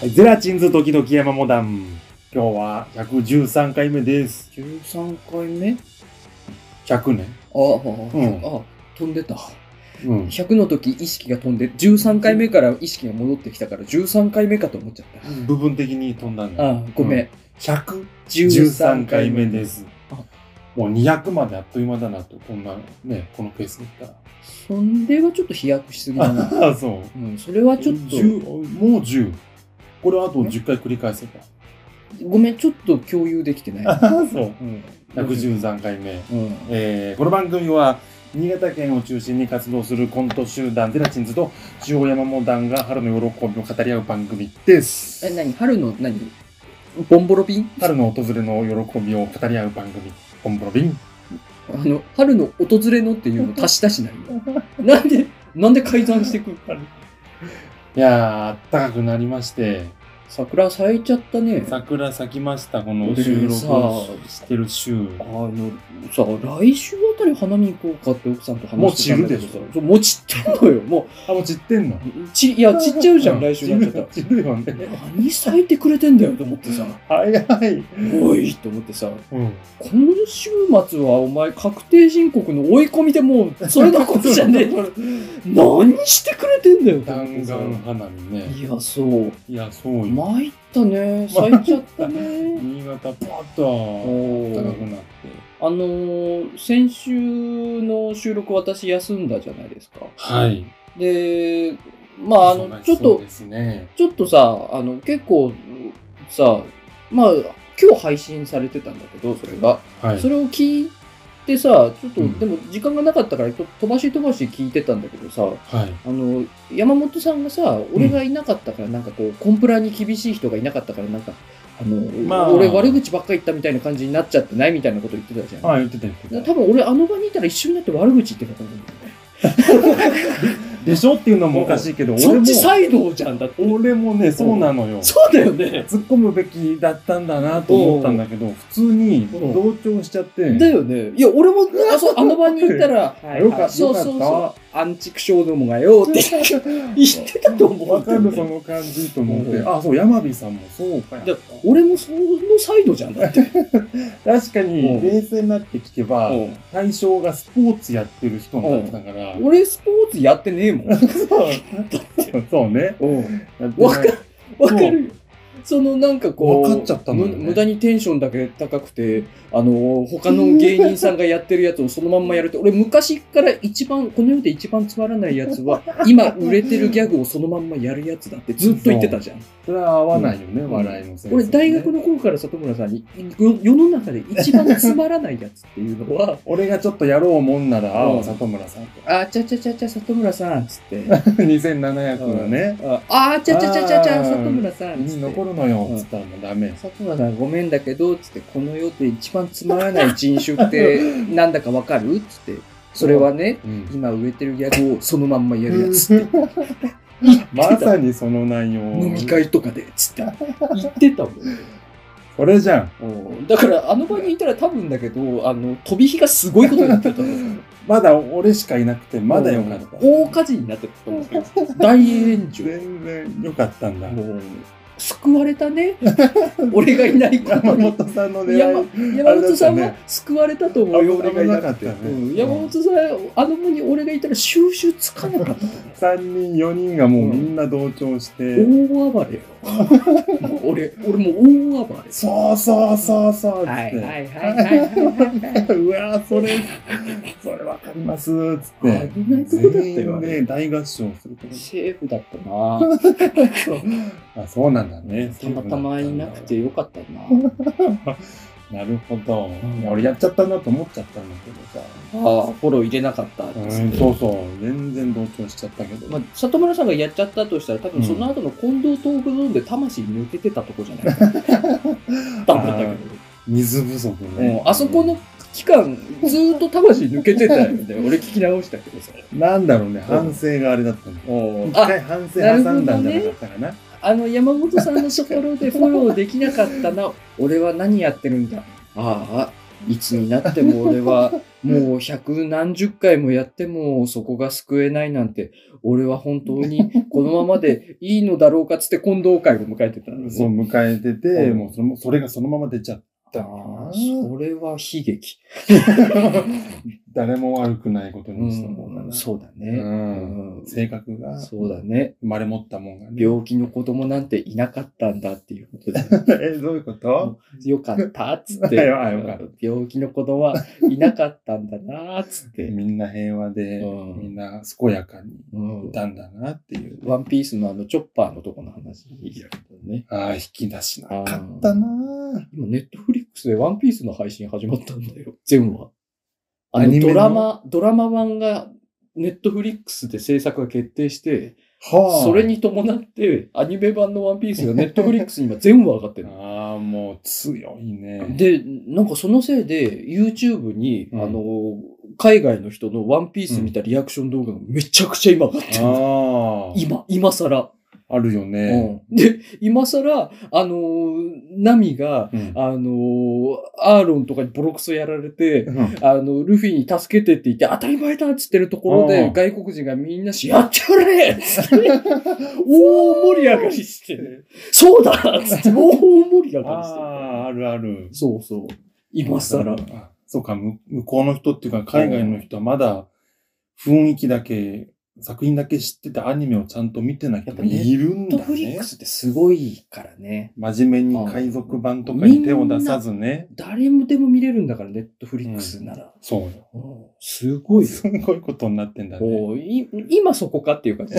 はいゼラチンズ時々山モダン。今日は113回目です。 13回目100年。ああ、ああ飛んでた。うん。 100の時意識が飛んで、13回目から意識が戻ってきたから、13回目かと思っちゃった。部分的に飛んだんだ。ああ、ごめん。う113回目で。すあ。もう200まであっという間だなと、こんなね、このペースだっそんではちょっと飛躍しすぎただな。ら。あ、そう。うん、それはちょっ10もう10。これあと10回繰り返せた。と、ごめん、ちょっと共有できてない。あ、そう。うん。 113回目。うん。えーこの番組は新潟県を中心に活動するコント集団ゼラチンズと中央山モダンが春の喜びを語り合う番組ですえ、なに春の、なにボンボロビン春の訪れの喜びを語り合う番組コンボロビンあの、春の訪れのっていう の足したしないよ。なんで、なんで改ざんしてくるいやーあったかくなりまして桜咲いちゃったね。桜咲きましたこの俺収録さをしてる週あのさ来週あたり花見行こうかって奥さんと話してたんだけどもう散るでしさょそうもう散ってんのよもあもう散ってんのうちいや散っちゃうじゃん来週になっちゃっ 散る散るよたねえ何咲いてくれてんだよと思ってさ早い、おいと思ってさうん、今週末はお前確定申告の追い込みでもうそれのことじゃねえ 何してくれてんだよと思っ弾てさ丸花見ねいやそういやそうよ参ったね咲いちゃったね新潟パーッと お暖かーくなってあのー先週の収録私休んだじゃないですかはいで、まあ、あの、ちょっそうとで、すね。ちょっとさ、あの、結構、さ、まあ、今日配信されてたんだけど、それが。はそれを聞いてさ、ちょっと、うんでも時間がなかったから、と飛ばし飛ばし聞いてたんだけどさ、はい。あの、山本さんがさ、俺がいなかったから、なんかこう、コンプラに厳しい人がいなかったから、なんか、あの、まあ俺悪口ばっかり言ったみたいな感じになっちゃってないみたいなこと言ってたじゃん。ああ、言ってた言って多分俺あの場にいたら一緒になって悪口言ってたと思うんだよね。 た。でしょっていうのもおかしいけど、そ俺っも、ちサイドじゃんだって。俺もね、そうなのよ。そうだよね。突っ込むべきだったんだなと思ったんだけど、普通に同調しちゃって、だよね。いや、俺もあそあの場にいたら、あよかった、そようかそうそっう、アンチク症どもがよって言ってたとた。思うわんかだよる、ね。その感じと思っうて。んあ、そう、山火さんもそうかや。だ俺もそのサイドじゃんだって。確かうに、ん冷静になって聞けば、対象がスポーツやってる人なんだから、俺スポーツやってねえもそう そうね。ん。やってないわかわかるよ。そのなんかこうわかっちゃったのよねむ無駄にテンションだけ高くてあの他の芸人さんがやってるやつをそのまんまやるって俺昔から一番この世で一番つまらないやつ は今売れてるギャグをそのまんまやるやつだってずっと言ってたじゃんそれは合わないよね、笑いのセンスね俺大学の頃から里村さんによ世の中で一番つまらないやつっていうのは俺がちょっとやろうもんなら、うん里村さんと。 あちゃちゃちゃちゃ里村さんっつって 2700がね、あちゃちゃちゃちゃちあゃー里村さんっつにって残るのよ、つったらもうダメ。里村さんごめんだけどっつってこの世で一番つまらない人種 ってなんだかわかるっつってそれはねうん今売れてるギャグをそのまんまやるやつって まさにその内容。飲み会とかでっつ って言ってたもんそれじゃん。うんだからあの場にいたら多分だけどあの飛び火がすごいことになってたと思うまだ俺しかいなくて、まだよかった。大火事になってたと思うんですよ。大炎全上。然よかったんだ。もう、救われた ね。俺がいないこと山に。本さんの山狙い。山本さあんれだったはね救われたと思うよ、危な俺がいなくて。危なかったねうん山本さん、あの子に俺がいたら収拾つかなかった。 3人、4人がもうみんな同調して、大暴れよ。 もう俺、俺もう大暴れ。そうそうそうそうっつって、はいはいはいはいはい。うわーそ れ、それわかりますっつって、危ないとこだったよ、全員あれで大合唱することセーフだった な。あそうなんだね。たまたまいなくてよかった な。なるほどん。いや俺やっちゃったなと思っちゃったんだけどさ。ああ、フォロー入れなかったっつうって。ん、そうそう。全然同調しちゃったけど。まあ、里村さんがやっちゃったとしたら、多分その後の近藤トークゾーンで魂抜けてたとこ じゃないかな。多分だけ水不足ど。ねも。うあそこの期間、ずーっと魂抜けてたよね。 俺聞き直したけどさ。うん。なんだろうね。反省があれだったの。一あ、回反省挟んだんじゃなかったかな。あの山 本さんのところでフォローできなかったな。俺は何やってるんだ。ああ、いつになっても俺は、もう百何十回もやってもそこが救えないなんて、俺は本当にこのままでいいのだろうかっつって近藤会を迎えてたんですそうよ。迎えてて、うんもうそのそれがそのまま出ちゃった。それは悲劇。誰も悪くないことうにしたもんだん、な。そうだうね。んうん性格がそうだ生ね。まれ持ったもんがね。病気の子供なんていなかったんだっていうことで。 え、どういう ことよかったっつ ってよあよかっ、病気の子供はいなかったんだなっつって。みんな平和で、うんみんな健やかにうんいたんだなっていう。ワンピースのあのチョッパーのとこの話だけどね。ああ、引き出しなかったな今、ネットフリックスでワンピースの配信始まったんだよ。全話。あアニメのの、ドラマ、ドラマ版が、ネットフリックスで制作が決定して、はそれに伴って、アニメ版のワンピースがネットフリックスに今全話上がってるの。ああ、もう強いね。で、なんかそのせいで、YouTube に、うんあの、海外の人のワンピース見たリアクション動画がめちゃくちゃ今上がってる。あ今、今更。あ、あるよね。うんで、今更、あのーナミが、うんあのーアーロンとかにボロクソやられて、うんあの、ルフィに助けてって言って、当たり前だっつってるところうで、ん外国人がみんなし、やってやれっ つって、大盛り上がりして、そうだっつっ て、大盛り上あがりしてあ、あるある。る。そうそう。今更。あそうか、む向こうの人っていうか、海外の人はまだ雰囲気だけ、作品だけ知っててアニメをちゃんと見てない人もいるんネッだトフリッねク。スってすごいからね。真面目に海賊版とかに手を出さずね。誰でも見れるんだから、ネットフリックスなら。そうよ。うんすごいよ。すごい ことになってんだね。おうい今そこかっていう感 じ、う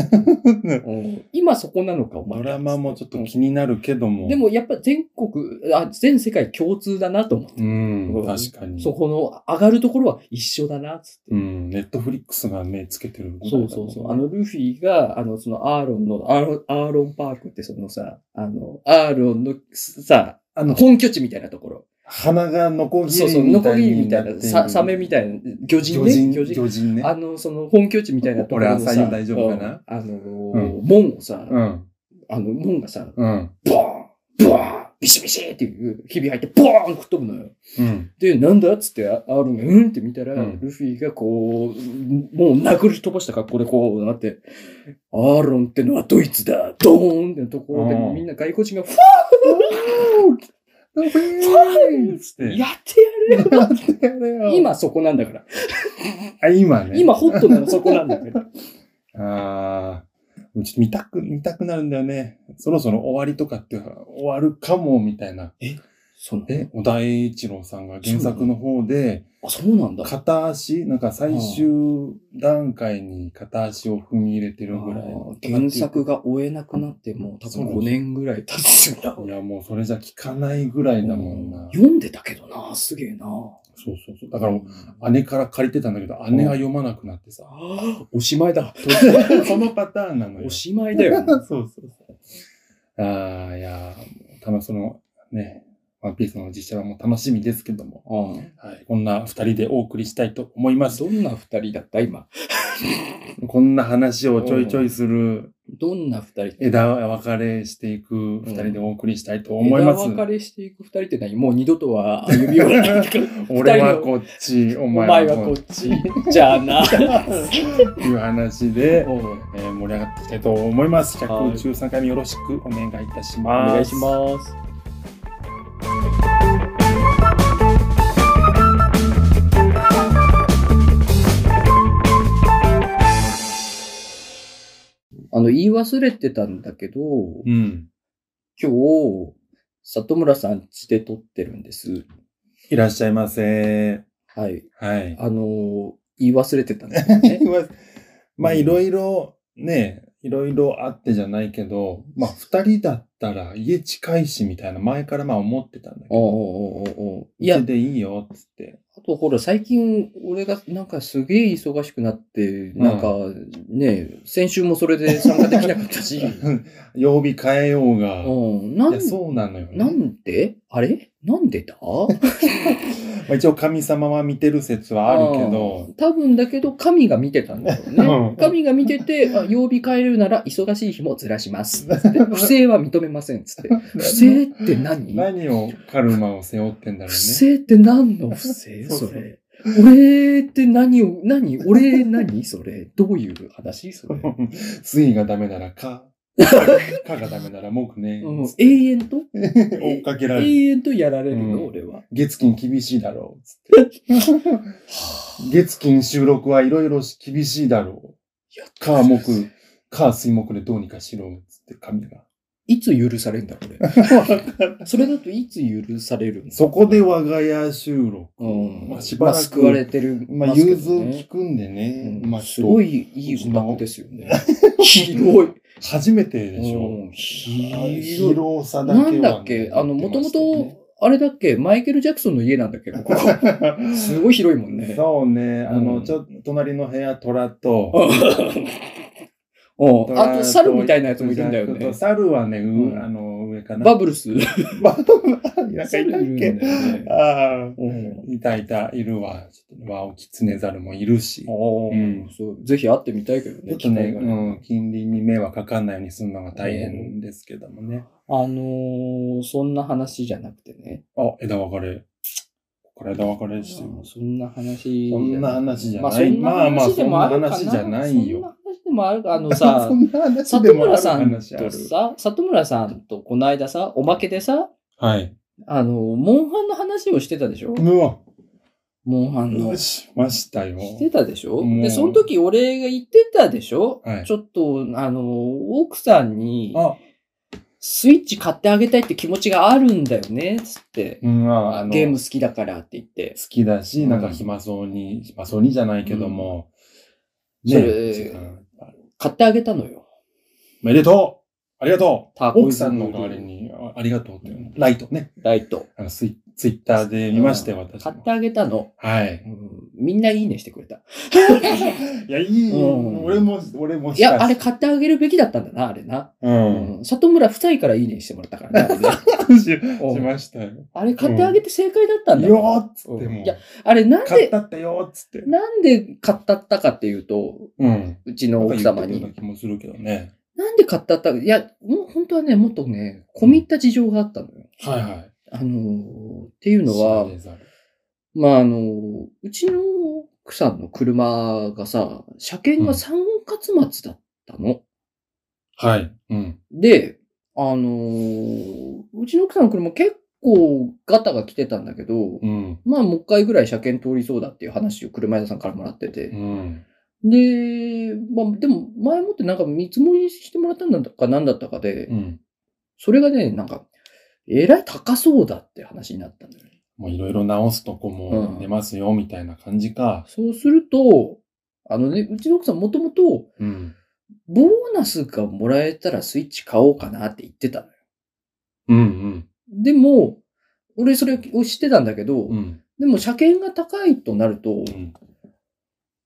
ん今そこなのか、お前ドらラマもちょっと気になるけども。で、もやっぱ全国、あ全世界共通だなと思って。うん、確かに。そこの上がるところは一緒だな、つって。うん、ネットフリックスが目つけてるぐらいだそもんうそうそう。あの、ルフィが、あの、その、アーロンの、アーロン、アーロンパークってそのさ、あの、アーロンのさ、あの、本拠地みたいなところ。鼻がノコギそうリそう、みノコたいギリにみたなっいていな、る。さサメみたいな、魚人魚ね。人、魚人ね。あの、その、本拠地みたいなところの俺さ浅いよ大丈夫かなうんあのうー、門をさ、うん、あの、門がさ、うん、ボーンボーンビシビシっていう、ひび入って、ボーン吹っ飛ぶのよ。うん。で、なんだっつって、アーロンが、うんって見たら、うんルフィがこう、もう殴り飛ばした格好でこうなって、アーロンってのはドイツだドーンってところで、うんみんな外国人が、ふわファンつって。やってやれよやってやれよ、 今そこなんだから。あ今ね。今ホットなのそこなんだから。ああ、ちょっと見たく、見たくなるんだよね。そろそろ終わりとかって終わるかも、みたいな。 そうなんだえ、小田栄一郎さんが原作の方で、あそうなんだ。片足、なんか最終段階に片足を踏み入れてるぐらいあ。ー原作が追えなくなってもう多分5年ぐらい経つんだ。いや、もうそれじゃ聞かないぐらいだもんな。読んでたけどな、すげえな。そうそうそう。だから、姉から借りてたんだけど、姉が読まなくなってさ。あおしまいだ。 そのパターンなのよ。おしまいだよ。 そうそうそう。ああ、いやー、たぶんその、ね、ワンピースの実写版も楽しみですけども、 うんはい、こんな二人でお送りしたいと思います。どんな二人だった今。こんな話をちょいちょいする、どんな二人枝分かれしていく二人でお送りしたいと思います。枝分かれしていく二人って何もう二度とは歩み寄らないから 俺はこっち、おお前前ははここっっち。じゃあな。ちという話 で、 おえー盛り上がっていきたいと思います。はい113回目よろしくお願いいたします。願いします。あの、言い忘れてたんだけど、うん。今日、里村さん家で撮ってるんです。いらっしゃいませ。はい。はい。。あのー言い忘れてたんですよねまあまあ、うんいろいろね、いろいろあってじゃないけど、まあ、二人だったら家近いしみたいな、前からまあ思ってたんだけ ど、おうおうおうおうおういいやや、、でいいよっつ って。 あとほら、最近、俺がなんかすげえ忙しくなって、なんかね、先週もそれで参加できなかった し、曜日変えようが、うん、ないや、ん、そうなのよ、なね。んであれなんでだまあ、一応神様は見てる説はあるけど、多分だけど神が見てたんだろううんね。神が見てて、あ曜日変えるなら忙しい日もずらします。つ って不正は認めません。つって。 不正って何何をカルマを背負ってんだろ不う正って何の不正そうそうそれ。俺って何を、何 俺何それ。どういう話それ。ね。水がダメなら か、かがダメならもくね、うん永遠と追っかけられる。永遠とやられるの、うん俺は。月金厳しいだろうつ って。月金収録はいろいろ厳しいだろやっう。か木、か水木でどうにかしろつって神が。いつ許されるんだ、こ れ。それだといつ許されるのそこで我が家収録。うん。ままああ、しばらく救われてる。まあ、ますけ融ど通ね聞くんでね。うんまあ、すごい。いいいお宅ですよ ね。広広い。初めてでしょ。うん広い。広さだけはなね、んだっけあの、もとも 言ってと、あれだっけマイケル・ジャクソンの家なんだっけこ こ。ましたねすごい広いもんね。そうね。あの、うんちょっと、隣の部屋、虎と、うんうんあと、猿みたいなやつもいるんだよクジャクねと。猿はね、ううんあの、上かな。 バブルス。バブル、なんかい猿いたるっんだけよね。ああ。うんいたいた、いるわ。ちょっとワオキツネザルもいるし。ちうおんーそうぜひ会ってみたいけどね。ょっとね、機会があればうん、近隣に迷惑かかんないようにするのが大変ですけどもね。あのーそんな話じゃなくてね。あ、枝分かれ。ここから枝分かれしてる。そんな話。そんな話じゃないまあ、まあまあそんな話でもあるかなそんな話じゃないよそんな話でもあるかあのさ そ、んな話で里もある村さん話あるとさ、里村さんとこの間さ、おまけでさ、はい。あの、モンハンの話をしてたでしょうわ、モンハンの。ししましたよ。てたでしょもうで、その時俺が言ってたでしょ、はいちょっと、あの、奥さんに、あ、スイッチ買ってあげたいって気持ちがあるんだよね、つって。うん、ああの、ゲーム好好きだからって言って。きだし、うんなんか暇そうに、暇そうにじゃないけども、うんねそれ時間買ってあげたのよ。おめでとうありがとうタコイズ奥さんの代わりに、あありがとうっていうのライトね。ライト。あのツイツイッターで見ましたよ、私買っもて。あげたの。はい。うんみんないいねしてく れた。いや、いい、うん俺も、俺もいや、あれ、買ってあげるべきだったんだな、あれな。うん。うん里村夫妻からいいねしてもらったからね。 しし あれねましたよ。あれ買ってあげて正解だったんだよーっつうってんもいや、あれなん買っで、たってよーっつって。なんで買ったったかっていうと、うん。うちの奥様なんに。か言ってたような気もするけどね。なんで買ったったか、いや、もう本当はね、もっとね、込み入った事情があったのよ。はいはい。あのーっていうのは、知られざるまあ、あのーうちの奥さんの車がさ、車検が3月末だったの。はい。うん。で、あのーうちの奥さんの車結構ガタが来てたんだけど、うん。まあもう一回ぐらい車検通りそうだっていう話を車屋さんからもらってうて。ん。で、まあでも前もってなんか見積もりしてもらったんだったか何だったかで、うん。それがね、なんか、えらい高そうだって話になったんだよね。もういろいろ直すとこも出ますよ、みたいな感じか。そうすると、あのね、うちの奥さんもともと、うん。ボーナスがもらえたらスイッチ買おうかなって言ってたのよ。うんでも、俺それを知ってたんだけど、うん。うん。でも車検が高いとなるとう、ん。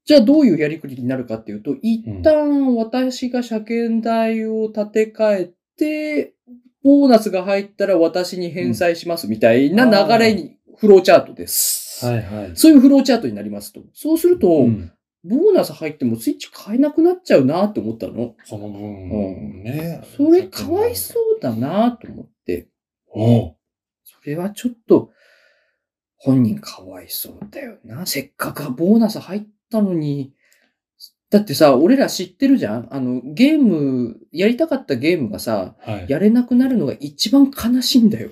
じゃあどういうやりくりになるかっていうと、一旦私が車検代を立て替えて、ボーナスが入ったら私に返済しますみたいな流れに、フローチャートです。はいはい。そういうフローチャートになりますと。そうすると、うんボーナス入ってもスイッチ買えなくなっちゃうなって思ったの。その分、うんね。それかわいそうだなと思って、おう。それはちょっと、本人かわいそうだよな。せっかくボーナス入ったのに。だってさ、俺ら知ってるじゃんあの、ゲーム、やりたかったゲームがさ、はい。やれなくなるのが一番悲しいんだよ。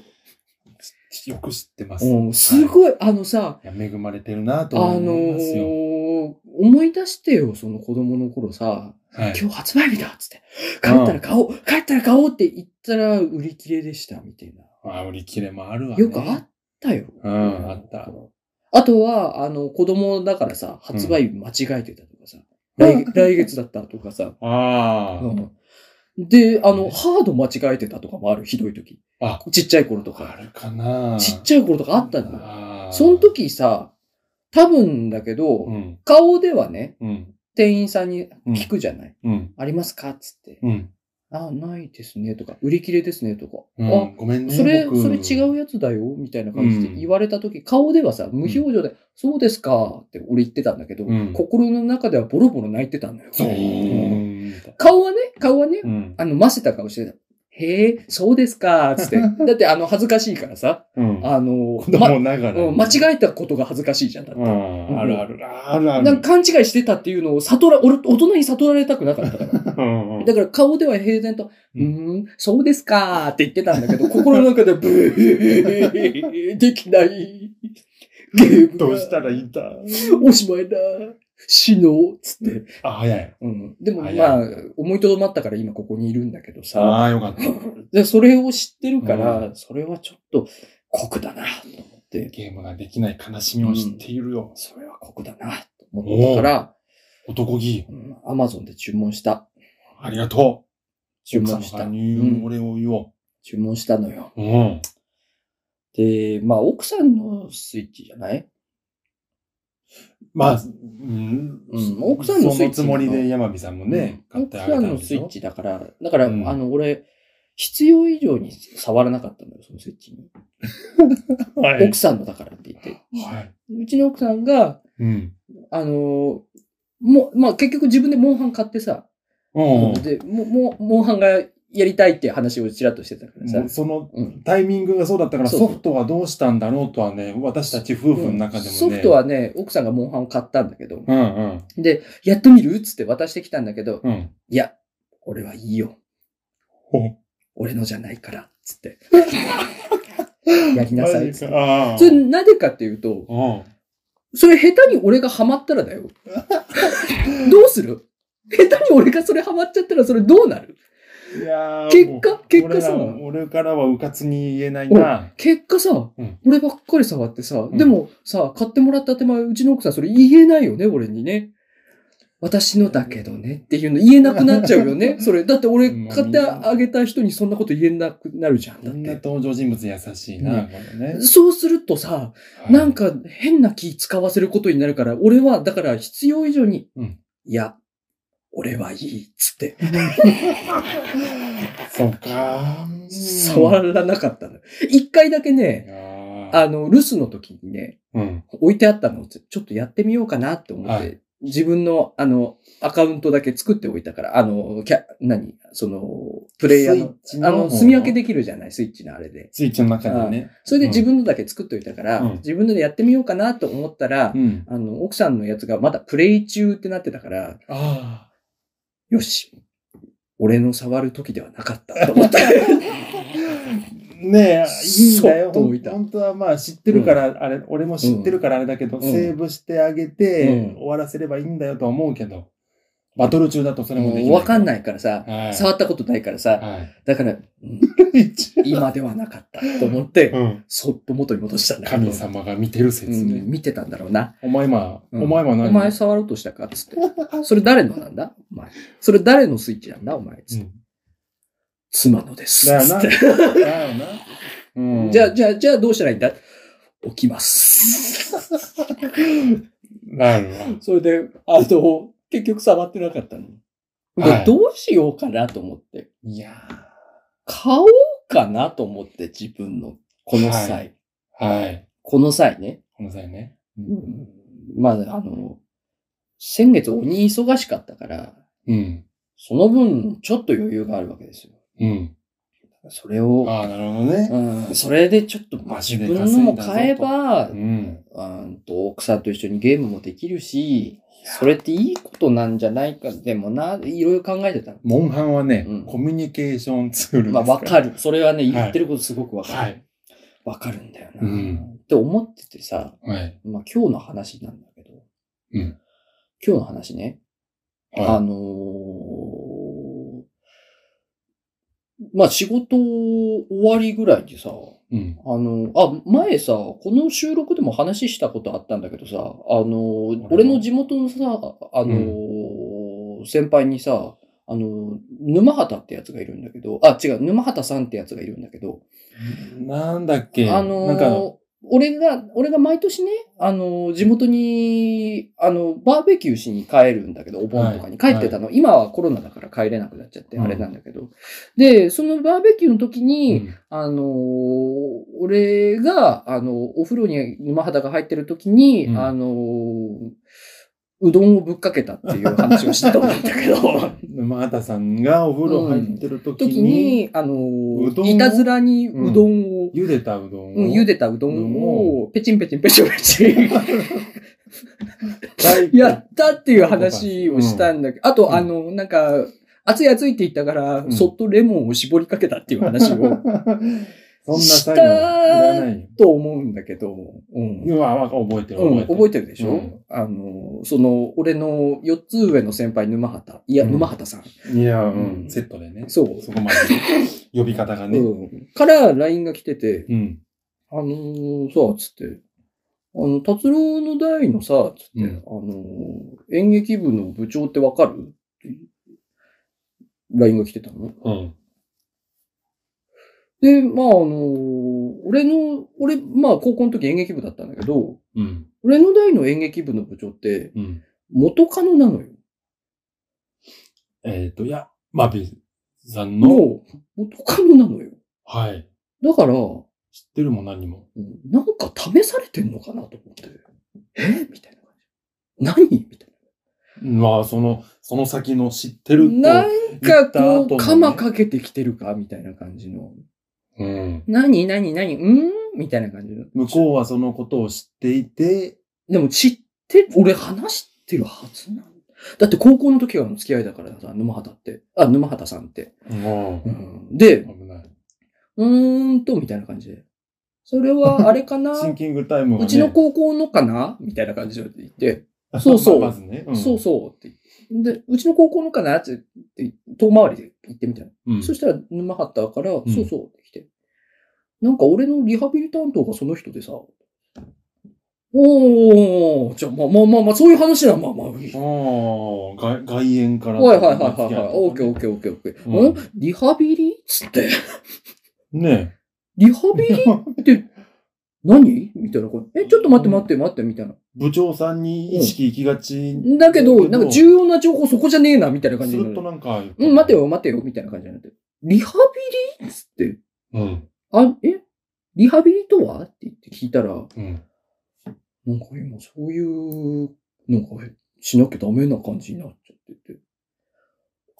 よく知ってます。うん、すい。ごい、あのさ、いや恵まれてるなあとの思いますよ。ー思い出してよ、その子供の頃さ、はい。今日発売日だっつって、帰ったら買おう帰ったら買おうって言ったら売り切れでした、みたいな。まあ、売り切れもあるわ、ね。よくあったよ。うんあった。あとは、あの、子供だからさ、発売日間違えてたとかさ、うん来来月だったとかさ、ああ、うんで、あねの、ハード間違えてたとかもある、ひどい時。あちっちゃい頃とあか。るかなちっちゃい頃とかあったのよ。あーその、時さ、多分だけど、うん、顔ではね、うん、店員さんに聞くじゃない。うん、ありますかっつって。うん。あ、ないですね、とか、売り切れですね、とか、うんあ、ごめんね。それ、僕それ違うやつだよ、みたいな感じでうん言われたとき、顔ではさ、無表情で、そうですか、って俺言ってたんだけど、うん心の中ではボロボロ泣いてたんだよ。そううんん。顔はね、顔はね、うん。あの、ませた顔してた。へえ、そうですか、 つって。だって、あの、恥ずかしいからさ、うん。あの子、供ながらうに。ん間違えたことが恥ずかしいじゃん。だってうん。あるある。あるある。なんか勘違いしてたっていうのを悟ら、俺、大人に悟られたくなかったから。うんうんだから顔では平然と、ううんーん、そうですかーって言ってたんだ けど、心の中でブー、できない。ゲームどうがしたらいいんだおしまいだ。死のう、つって。あ、早い。うん、でも早いまあ、思いとどまったから今ここにいるんだけどさ。ああ、よかった。でそれを知ってるから、それはちょっと酷だな、と思って。ゲームができない悲しみを知っているよ。それは酷だな、と思ったから、男気、うん、アマゾンで注文した。ありがとう。注文し奥様た。からうにん、お礼を言お注文したのよ。う。うん。で、まあ、奥さんのスイッチじゃないまあ、うんうん奥さんのスイッチそのつもりで山火さんもね、う買んっ奥てあさげたんんのでスしイょッチだから、だから、うんあの、俺、必要以上に触らなかったのよ、そのスイッチに。は奥さんのだからって言って。はい。うちの奥さんが、うん。あの、もう、まあ、結局自分でモンハン買ってさ、うん。で、もう、もうモンハンがやりたいって話をちらっとしてたからさもう、そのうんタイミングがそうだったから、そうソフトはどうしたんだろうとはね、私たち夫婦の中でもね。ソフトはね、奥さんがモンハンを買ったんだけど、うんうん。で、やってみるっつって渡してきたんだけど、うん。いや、俺はいいよ。ほ俺のじゃないから、つって。やりなさい、マつっジてか。ああ。それなぜかっていうと、うん。それ下手に俺がハマったら だよ。どうする下手に俺がそれハマっちゃったらそれどうなるいやー結果もう結果俺らそうなの俺からはうかつに言えないな。結果さ、うん俺ばっかり触ってさ、んでもさ、買ってもらった手前、うちの奥さんそれ言えないよね、俺にね。私のだけどねっていうの言えなくなっちゃうよね、 それ。だって俺買ってあげた人にそんなこと言えなくなるじゃん。だみんっなて。登場人物優しいな、ねこれね。そうするとさ、はいなんか変な気使わせることになるから、俺はだから必要以上に、うんいや、俺はいいっつって、そっか。 触らなかったの。一回だけね、ああの、留守の時にね、うん。置いてあったのをちょっとやってみようかなって思って、は自分のあの、アカウントだけ作っておいたから、あの、キャ、何その、プレイヤーの、スイッチあの、住み分けで。できるじゃない、スイッチのあれで。スイッチの中にね。それで自分のだけ作っておいたから、うん自分のでやってみようかなと思ったら、うん。あの、奥さんのやつがまだプレイ中ってなってたから、あよし、俺の触る時ではなかったと 思って。あ。ねえ、いいんだよ。そっとほ置いんた本当はまあ知ってるから、あれ、俺も知ってるからあれだけど、んセーブしてあげて、うん終わらせればいいんだよとは思うけど、バトル中だとそれもできない。わかんい。ないからさ、はい触ったことないからさ、はだから、うんい。一今ではなかったと思って、応うん。そっと元に戻したんだけど神様が見てる説うね。ん、見てたんだろうな。お前今、うんお前は何お前触ろうとしたかっつって。それ誰のなんだお前。それ誰のスイッチなんだお前。つってう妻のです。だよつなって。んだよな。 うんじゃあ、じゃあ、じゃあどうしたらいいんだ起きます。なるわ。 それで、あの、結局触ってなかったの。はでいどうしようかなと思って。いや買おうかなと思って、自分の。この際。ははい。この際ね。この際ね。まあ、あの、先月鬼忙しかったから、うん。その分、ちょっと余裕があるわけですよ。うん。それを、ああ、なるほどね。うん、それでちょっと、まあ、足自で分のも買えば、うん。うんと奥さんと一緒にゲームもできるし、それっていいことなんじゃないか、でもな、いろいろ考えてたの。モンハンはね、うんコミュニケーションツールですまあ、わる。かる。それはね、い言ってることすごくわかる。はい。わかるんだような、んって思っててさ、はい。まあ今日の話なんだけど、うん今日の話ね、あはのーまあ仕事終わりぐらいにさ、い。うん。あの、あ、前さ、この収録でも話したことあったんだけどさ、あの、俺の地元のさ、あの、先輩にさ、あの、沼畑ってやつがいるんだけど、あ、違う、沼畑さんってやつがいるんだけど、なんだっけあなんか、の、俺が、俺が毎年ね、あの、地元に、あの、バーベキューしに帰るんだけど、お盆とかはに帰いってたの。今はコロナだから帰れなくなっちゃって、うんあれなんだけど。で、そのバーベキューの時に、うんあのー俺が、あの、お風呂に沼肌が入ってる時に、うんあのーうどんをぶっかけたっていう話をしたと思うんだけ ど、沼畑さんがお風呂入ってる時時に、に、あのーうどんをいたずらにうどんを、茹でたうどんを、うん、茹でたうどんを、ペチンペチンペチンペチン。 大根やったっていう話をしたんだけど、あと、うんあの、なんか、熱い熱いって言ったから、うんそっとレモンを絞りかけたっていう 話を、そんな作業いらないよ。と思うんだけど、うん。うわ、覚えてる、うん、覚えててるでしょ、うんあの、その、俺の4つ上の先輩、沼畑。いや、うん沼畑さん。る。いや、ううんん、セットでね。そうそこまで。呼び方がね。うん。から LINE が来てて、うん。あのー、さ、つって、あの、達郎の代のさ、つって、うんあのー、演劇部の部長ってわかるって LINE が来てたのうん。で、まあ、あの、俺の、俺、まあ、高校の時演劇部だったんだけど、うん。俺の代の演劇部の部長って、うん。元カノなのよ。えっと、いや、マビさんの、もう、元カノなのよ。はい。だから、知ってるも何も。なんか試されてんのかなと思って。えみたいな感じ。何みたいまあ、その、その先の知ってると。な。なんか言こった後う、もねカマかけてきてるかみたいな感じの。うん。何何何うんみたいな感じの。向こうはそのことを知っていて、でも知って、俺話してるはずなんだ。だって高校の時からの付き合いだからさ、沼畑って。あ、沼畑さんって。うんう。ん、で、危ない。うーんと、みたいな感じで。それは、あ れかなシンキングタイムはね。うちの高校のかなみたいな感じで言って、まあそうそうまずね。んそうそうって言って。で、うちの高校のかなって言って遠回りで行ってみたいな。うん。そしたら、沼畑から、んそうそうって来て。なんか俺のリハビリ担当がその人でさ、おー、じゃあ、まあまあまあまあ、そういう話なまあまあああ、いい。外外縁から。はいはいはいはいはい。オーケーオーケーオーケーオーケうんー。んリハビリつって。ねリハビリって何、みたいな声。え、ちょっと待って待って待って、みたいな。部長さんに意識行きがち。だけど、なんか重要な情報そこじゃねえな、みたいな感ずじになっとる。なんか。うん、待て。よ、待てよ、みたいな感じになって。リハビリっつって、うん。あ、えリハビリとはって言って聞いたら、なんかうん。今そういう、なんかしなきゃダメな感じになっちゃってて。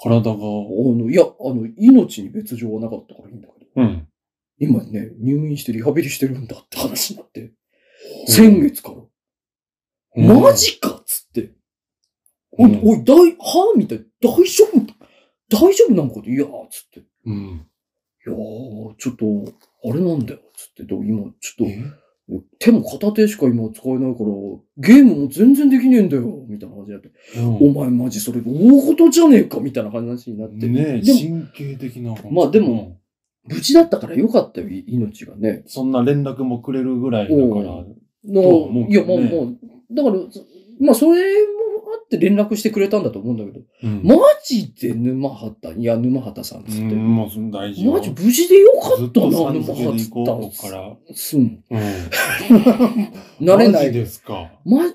体が。あの、いや、あの、命に別状はなかったからいいんだけど、うん。今ね、入院してリハビリしてるんだって話になって、先月から。マジかっつって。おういん、おい、大、はみたいな。大丈夫大丈夫なのかって、いやー、つって。いうん。やー、ちょっと、あれなんだよ、つって。でも今、ちょっえと、手も片手しか今使えないから、ゲームも全然できねえんだよ、みたいな感じになって。うんお前マジそれ、大事じゃねえか、みたいな話になって。ねえ、でも、神経的な。まあでも、無事だったからよかったよ、い命がね。そんな連絡もくれるぐらいだから。のとは思ういけや、どねもう、もう、だから、まあ、それもあって連絡してくれたんだと思うんだけど、うんマジで沼畑、いや、沼畑さんっうつって。ん、まあ、その大事よマジ無事でよかずっったな、と沼さん付け畑でさ行んこうか。ら。すん。うん。慣れなマジい。ですか。ま、い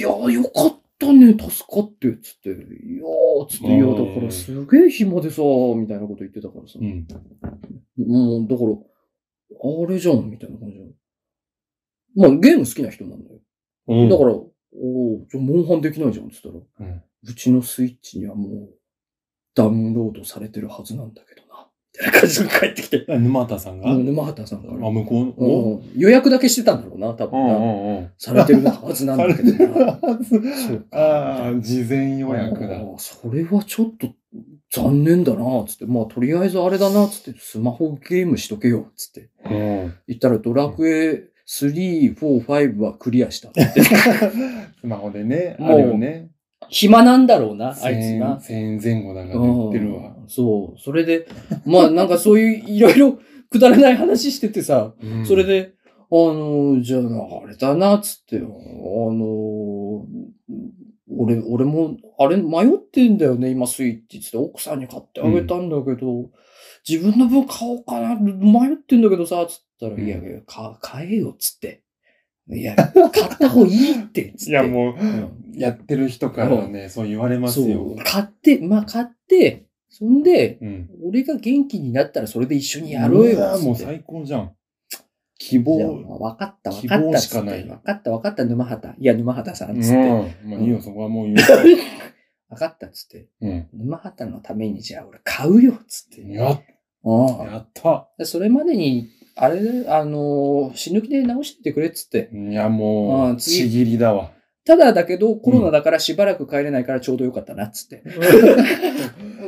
や、よかったね、助かって、つって。いやー、つって、いや、うんだからすげえ暇でさ、みたいなこと言ってたからさ。うん。もう、だから、あれじゃん、みたいな感じなのまあ、ゲーム好きな人なんだよ。うんだから、おーじゃあモンハンできないじゃん、つったら。うんうちのスイッチにはもう、ダウンロードされてるはずなんだけどな。みたいな感じで帰ってきて。え沼田さんが、うん沼畑さんから。あ、向こううを、ん予約だけしてたんだろうな、多うんう分な。んうん。されてるはずなんだけどな。 そうああ、事前予約だ。ああそれはちょっと残念だな、つって。まあ、とりあえずあれだな、つって、スマホゲームしとけよ、つって。うん。言ったらドラクエ3、4、5はクリアした。スマホでね、あもうるよね。 暇なんだろうな、あいつな1000。円前後だから言ってるわう。んそう。それで、まあなんかそういういろいろくだらない話しててさ、うんそれ、で、あの、じゃあ、あれだな、つって、あの、俺、俺も、あれ迷ってんだよね、今スイッチ、つって、奥さんに買ってあげたんだけど、自分の分買おうかな、迷ってんだけどさ、つったら、うんいやいや、か買えよ、つって。いや、買った方いいって、つっ て。いや、もう、うんやってる人からはね、そう言われますそうよ。。買って、まあ買って、そんで、うん。俺が元気になったらそれで一緒にやろうよ。わつってもう最高じゃん。希じゃあ望。まあ分かった、分希かっ望た。しかないつって分かった、分かった、沼畑。いや、沼畑さ、うんん。つって。まあいいよ、そこはもう言う。 分かった、つって。うん。沼畑のためにじゃあ俺買うよ、つって。やっうんやった。でそれまでに、あれ、あのー死ぬ気で直してってくれっつって。いや、もあう、ー次ちぎりだわ。ただだけど、コロナだからしばらく帰れないからちょうどよかったなっつって。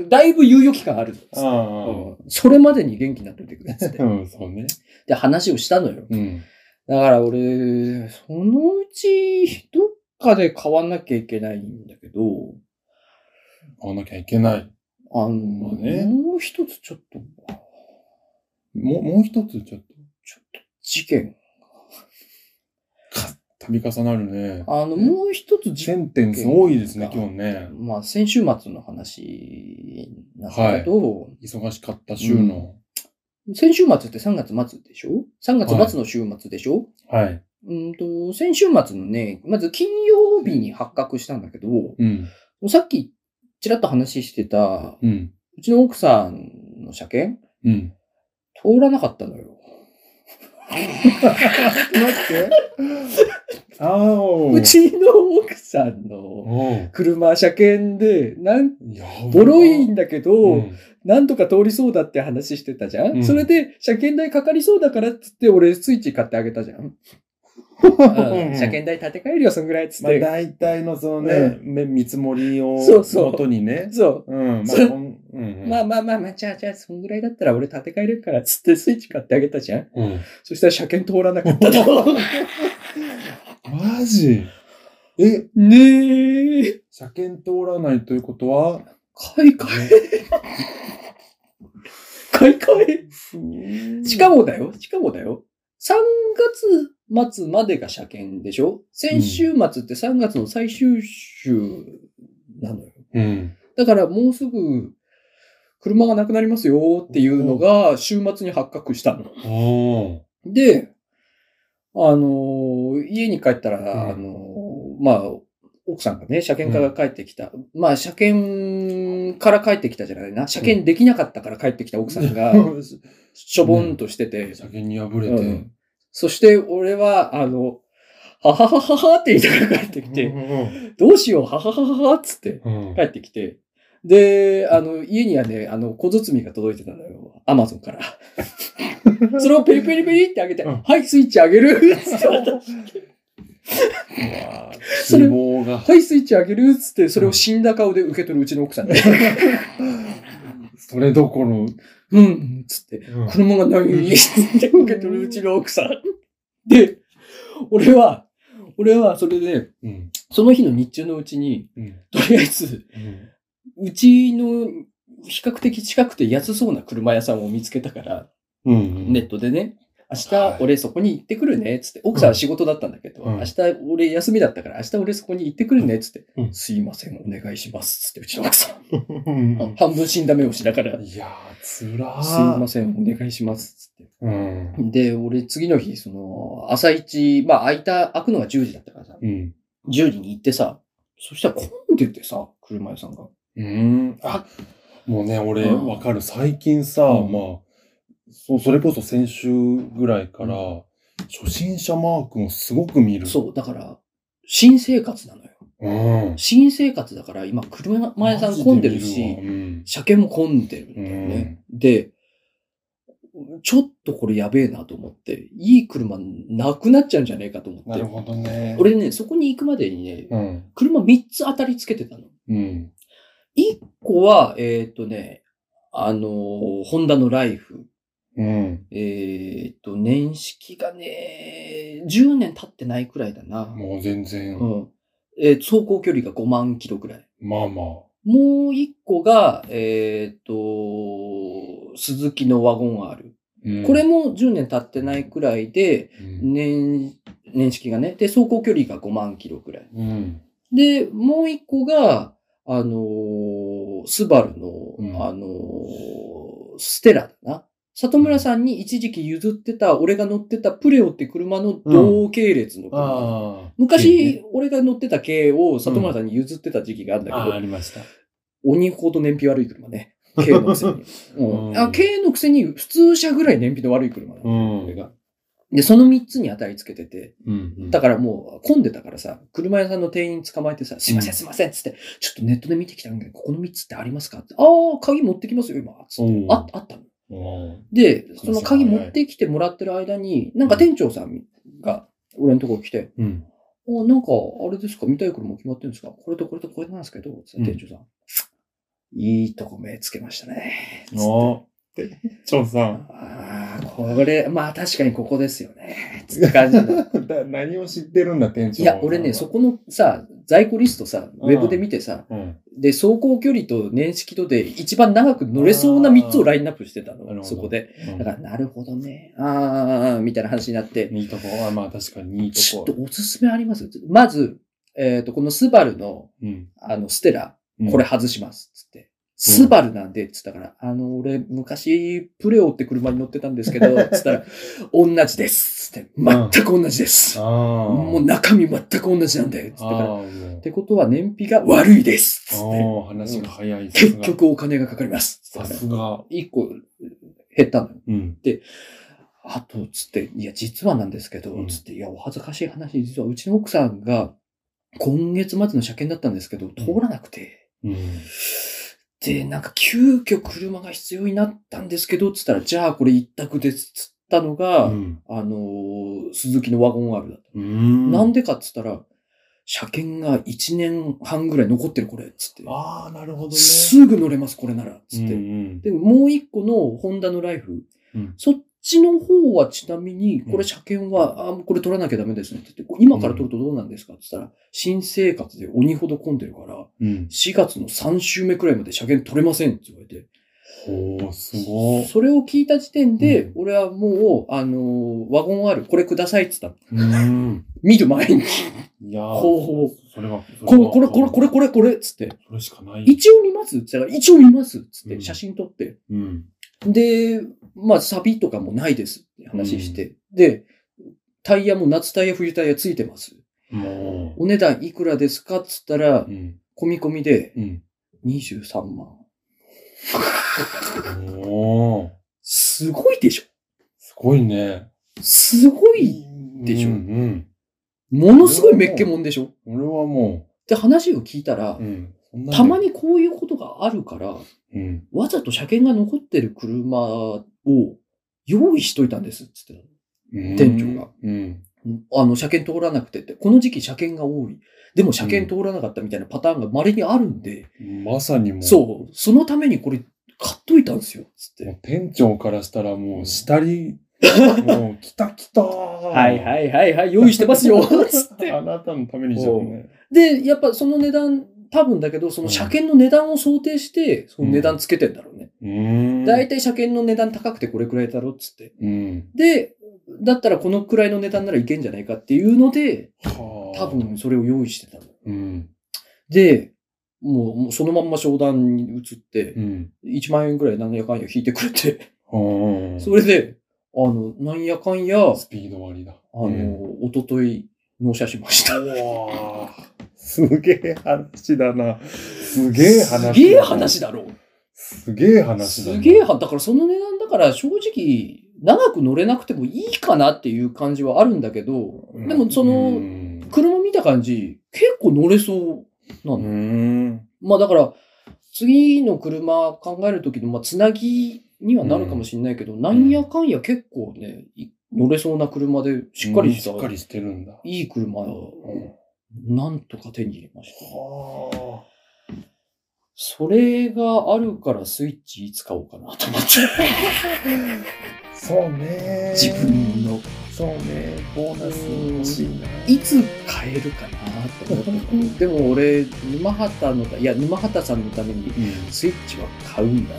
だいぶ猶予期間あるっつってあうんそれまでに元気になっておいてくれっつっあ。て。うん、そうね。で、話をしたのよ。うん。だから俺、そのうち、どっかで変わんなきゃいけないんだけど、買わなきゃいけない。あの、まあねもう一つちょっと、もう、もう一つ、ちょっと、事件。度重なるね。あの、もう一つ事セ件ンテンス多いですね、今日ね。まあ、先週末の話なんだけど、忙しかった週の。先週末って3月末でしょ ?3 月末の週末でしょ、はい。うんと、先週末のね、まず金曜日に発覚したんだけど、うん。さっきちらっと話してた、うん。うちの奥さんの車検うん。通らなかったのよ。待って。あおうちの奥さんのおう車車検で、なん、やボロいんだけど、うんなんとか通りそうだって話してたじゃん、うんそれで、車検代かかりそうだからっつって、俺、スイッチ買ってあげたじゃん。うん車検代立て替えるよ、そんぐらいっつっまあて。大体のそのね、め見積もりをそうそうもとにね。そう。うん。まそあうこんうんうんまあまあまあまあ、じゃあじゃあ、そんぐらいだったら俺立て替えるからっつってスイッチ買ってあげたじゃんうんそしたら車検通らな かったの。マジえ、ねえ。車検通らないということは、買い替え。買い替え。しかもだよ、しかもだよ。3月末までが車検でしょ先週末って3月の最終週なのよ。うん。だからもうすぐ車がなくなりますよっていうのが週末に発覚したの。おで、あのー家に帰ったら、うんあのーまあ、奥さんがね、車検から帰ってきた。まあ、車検から帰ってきたじゃないな。車検できなかったから帰ってきた奥さんが、ーしょぼんとしてて、車検に破れうてん。そして俺は、あの、はははははって言いながら帰ってきうて、んどうしよう、はははははっつってうんうん帰ってきて、で、あの、家にはね、あの、小包みが届いてたのよ。アマゾンから。 それをペリペリペリってあげて、うんはい、スイッチあげるっつって渡しうわーそれ希望が。はい、スイッチあげるっつって、それを死んだ顔で受け取るうちの奥さんで。 それどころ。うん、うんつって、子供が何っつって受け取るうちの奥さん。で、俺は、俺はそれで、うん。その日の日中のうちに、うん。とりあえず、うんうちの比較的近くて安そうな車屋さんを見つけたから、うん。ネットでね、明はい日俺そこに行ってくるね、つって、奥さんは仕事だったんだけど、うん明日俺休みだったから、明日俺そこに行ってくるね、つって、うんすいません、お願いします、つって、うちの奥さん。うんうん半分死んだ目をしながら、すいやー、つらー。いません、お願いします、つって。うん。で、俺次の日、その、朝一、まあ開いた、開くのが10時だったからさ、うん。 10時に行ってさ、そしたら混んでてさ、車屋さんが。うん。あ、もうね、俺、うんわかる。最近さ、うんまあ、そそれこそ先週ぐらいから、う初心者マークをすごく見る。そう、だから、新生活なのよ。う。うん。新生活だから、今、車屋さん混んでるし、うん。車検も混んでるんだよね。で、ちょっとこれやべえなと思って、いい車なくなっちゃうんじゃねえかと思なるって。ほどね。、俺ね、そこに行くまでにね、うん。車3つ当たりつけてたの。うん。 1個は、えーっとね、あのーホンダのライフ。うん。えーっと、年式がね、10年経ってないくらいだな。もう全然、うん。えー走行距離が5万キロくらい。まあまあ。もう一個が、えーっと、鈴木のワゴン R。うんこれ、も10年経ってないくらいで、うん。年、年式がね。で、走行距離が5万キロくらい。うん。で、もう一個が、あのースバルの、うんあのーステラだな。里村さんに一時期譲ってた、俺が乗ってたプレオって車の同系列の車。ああ。昔、俺が乗ってた軽を里村さんに譲ってた時期があるんだけあどあ、、ありました。鬼ほど燃費悪い車ね。軽のくせ に。うんうんあ軽のくせに普通車ぐらい燃費の悪い車なの、んこれが。で、その3つに当たりつけてて、うんだからもう混んでたからさ、車屋さんの店員捕まえてさ、すいませうんんすいませんっつって、ちょっとネットで見てきたんだけど、ここの3つってありますかってああ、鍵持ってきますよ、今。つっておうああったの。うん。で、その鍵持ってきてもらってる間に、なんか店長さんが俺のとこ来て、うん。おなんか、あれですか、見たい車決まってるんですかこれとこれとこれなんですけど、つってうん店長さん。いいとこ目つけましたね。つって おーチョンさん。ああ、これ、まあ確かにここですよね。つって感じなん だだ何を知ってるんだ、店長。いや、俺ね、そこのさ、在庫リストさ、ウェブで見てさ、うん。で、走行距離と年式とで一番長く乗れそうな3つをラインナップしてたなるほどの、そこで。うん。だから、なるほどね。ああ、みたいな話になって、いいとこは、まあ確かにいいちとょっこ。とおすすめありますまず、えっ、と、このスバルの、うん。あの、ステラ、うんこれ、外します。つって。スバルなんで、つったから、あの、俺、昔、プレオって車に乗ってたんです けど、つったら、同じです。つって、ん全く同じです。ああ。ももう中身全く同じなんで、つったから。っあーもうてことは、燃費が悪いです。つっあて。あ、話が早い。結局、お金がかかります。つっさてすが。一個、減ったのよ。うん。あと、つって、いや、実はなんですけど、うんつって、いや、お恥ずかしい話、実はうちの奥さんが、今月末の車検だったんですけど、通らなくて、うん。で、なんか、急遽車が必要になったんですけど、つったら、じゃあ、これ一択です、つったのが、うんあのー、鈴木のワゴン R だった。うん。なんでかっつったら、車検が1年半ぐらい残ってる、これ、つって。ああ、なるほどね。すぐ乗れます、これなら、つうっんて。うんで、もう一個のホンダのライフ、うんそっちの方はちなみに、うこんれ車検は、あこれ取らなきゃダメですねって言って、これ今から取るとどうなんですかって言ったら、新生活で鬼ほど混んでるから、うん。 4月の3週目くらいまで車検取れませんって言われて、おー、すごい。それを聞いた時点で、うん俺はもう、あのーワゴン R これくださいって言ったの。うん。見る前に、いやーこう、それは、そこれ、これ、これれ、これ、これ、これ、つっては、、それしかない。一応見ますって言ったら、一応見ますってう言っんて、写真撮って、うん。で、まあ、サビとかもないですって話して、で、タイヤも夏タイヤ、冬タイヤついてます。もお値段いくらですかっつったらう。う、ん。込み込みでうん。 23万。おー。すごいでしょすごいね。すごい、いでしょうん。ものすごいメッケもんでしょっうん俺はもて話を聞いたらう、う、ん。そんなねたま。にこういうことがあるから、うん。わざと車検が残ってる車を用意しといたんですっつってたのうん店長が。うん。あの、車検通らなくてって、この時期車検が多い。でも車検通らなかったみたいなパターンが稀にあるんで、まさにもう。そう、そのためにこれ買っといたんですよ、つって。もう店長からしたらもう、下 り、もう、来た来た。はいはいいはいはい、用意してますよ、 つって。あなたのためにじゃんね。で、やっぱその値段、多分だけど、その車検の値段を想定して、その値段つけてんだろうね。うーん。だいたい車検の値段高くてこれくらいだろ、つって。うん。で、だったらこのくらいの値段ならいけんじゃないかっていうので、はあ多。分それを用意してたの。うん。で、もうもうそのまんま商談に移ってう、ん。 1万円くらいなんやかんや引いてくれて、はあ。それで、あの、なんやかんや、あスピード割りだ。の、一昨日納車しました。おすげえ話だな。すげえ話だな。すげえ話だろすげえ話だな。すげえ話、だからその値段だから正直、長く乗れなくてもいいかなっていう感じはあるんだけど、うんでもそうの、ん車見た感じ、結構乗れそうなうの。ん。まあだから、次の車考えるときの、まあつなぎにはなるかもしれないけど、なんやかんや結構ね、い乗れそうな車で、しっかりした、うんしっかりしてるんだ。いい車を、なんとか手に入れました。はそれがあるからスイッチいつ買おうかなと思って。あ。そうね。自分の。そうね。ボーナス欲しいな。いつ買えるかなと思っ てたでも俺沼畑のたいや沼畑さんのためにうんスイッチは買うんだ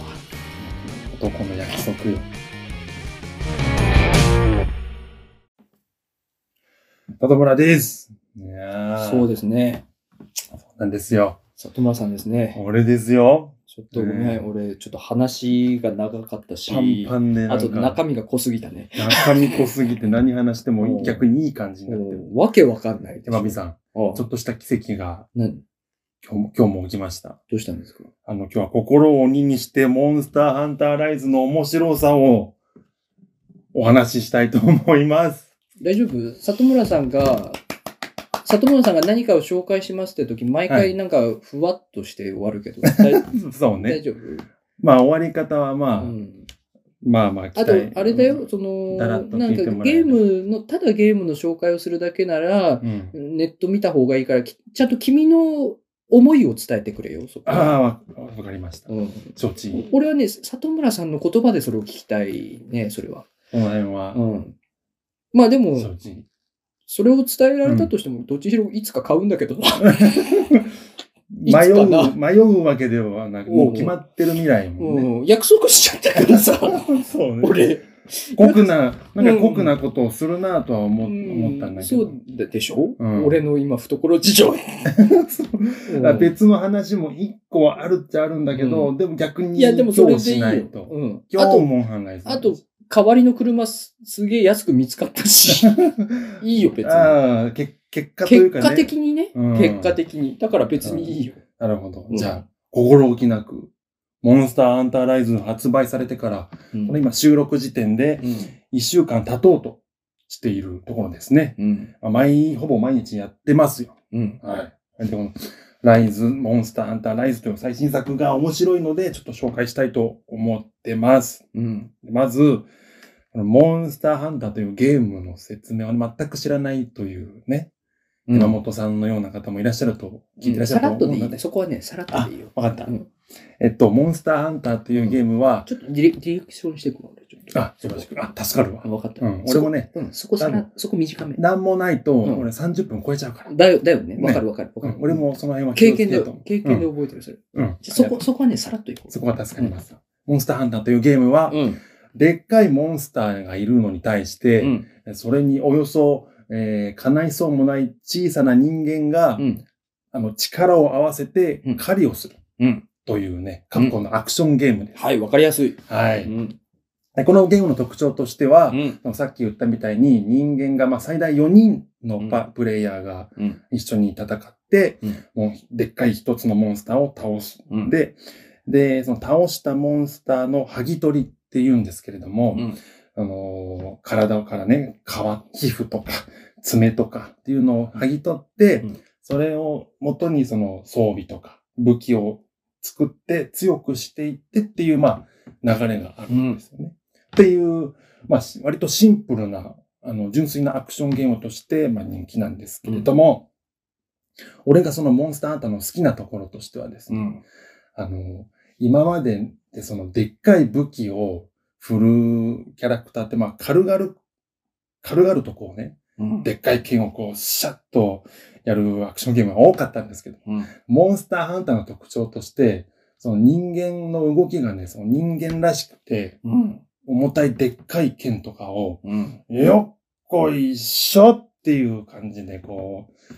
男の約束よ。里村です。いやーそうですねなんですよ。里村さんですね俺ですよ。ちょっとごめねん、俺、ちょっと話が長かったし、パンパンね。あとなんか中身が濃すぎたね。中身濃すぎて何話してもいい逆にいい感じになってる。もうわけわかんないです。手まみさん、あちょっとした奇跡が何今日も今日も起きました。どうしたんですかあの、今日は心を鬼にしてモンスターハンターライズの面白さをお話ししたいと思います。大丈夫里村さんが、里村さんが何かを紹介しますって時、毎は回いなんかふわっとして終わ るけど、大そう 大ね。丈夫、まあ、終わり方はまあ、うん、まあまあ、期あ待と、あれだよ、。その、だならんっかとゲ聞いてもらえーるムの、ただゲームの紹介をするだけなら、うん。ネット見た方がいいから、きちゃんと君の思いを伝えてくれよ、そこあは。あ、わわかりましたう。ん承知。俺はね、里村さんの言葉でそれを聞きたいね、それは。この辺はう、ん。まあでも、承知。それを伝えられたとしても、どっちにしろいつか買うんだけどな。迷いつかなう、迷うわけではなく、おうおもうう決まってる未来もね。うん、約束しちゃったからさ、 そうね。 俺。酷な、なんか酷なことをするなとは思,、思ったんだけそどう。ででしょ、うん俺の今、懐事情。うんあ別の話も一個はあるっちゃあるんだけど、でも逆にいや、でもそれ今日でいしいよ。ないと。うん、今あ日と、も考えずあと、代わりの車すすげえ安く見つかったし、 いいよ、別に。ああ、け結果とい結うかね。果的にね、うん結果的に。だから別にいいよ。なるほどう。んじゃあ、心置きなく、モンスターアンターライズ発売されてから、うんこれ今収録時点で1週間経とうとしているところですね。うん。まあ毎、ほぼ毎日やってますよ。うん。はい。でこのライズ、モンスターアンターライズという最新作が面白いので、ちょっと紹介したいと思ってます。うん。まず、このモンスターハンターというゲームの説明を全く知らないというね、うん山本さんのような方もいらっしゃると、聞いてらっしゃさると思うらっとでいいのね。で。そこはね、さらっとでいいよ。わかったう。んえっと、モンスターハンターというゲームは、ちょっとディレディレクションしていくわ、俺。ちょっとあ、よろしく。あ、助かるわ。分かった。うん俺もねそこ。うん、そこさ多ら、そこ短め。なんもないと、うん俺30分超えちゃうから。だよ、だよね。ねわかるわかるわうかるん、。俺もその辺は気経をつけ験だようよと。経験で覚えてる、それ。うん。うん。そこ、そこはね、さらっといこう。そこは助かります。モンスターハンターというゲームは、うん。でっかいモンスターがいるのに対して、うん。それにおよそ、えー、叶いそうもない小さな人間が、うん。あの、力を合わせてうん狩りをするうん。というね、過去のアクションゲームです。はい、わかりやすい。はうい。ん。でこのゲームの特徴としてはう、ん。さっき言ったみたいに人間がまあ最大4人のパうプレイヤーがうん。一緒に戦って、うんもうでっかい一つのモンスターを倒す。うん、で、で、その倒したモンスターの剥ぎ取りって言うんですけれども、うん。あのー体からね、皮、皮膚とか、爪とかっていうのを剥ぎ取って、うんそれを元にその装備とか武器を作って強くしていってっていう、まあ、流れがあるんですよね。っていう、まあ、し割とシンプルな、あの、純粋なアクションゲームとして、まあ、人気なんですけれども、俺がそのモンスターハンターの好きなところとしてはですうね、ん。あの、今まででそのでっかい武器を振るキャラクターって、まあ軽々、軽々とこうね、うん。でっかい剣をこう、シャッとやるアクションゲームが多かったんですけど、うん。モンスターハンターの特徴として、その人間の動きがね、その人間らしくて、うん。重たいでっかい剣とかを、うん。よっこいしょっていう感じで、こう、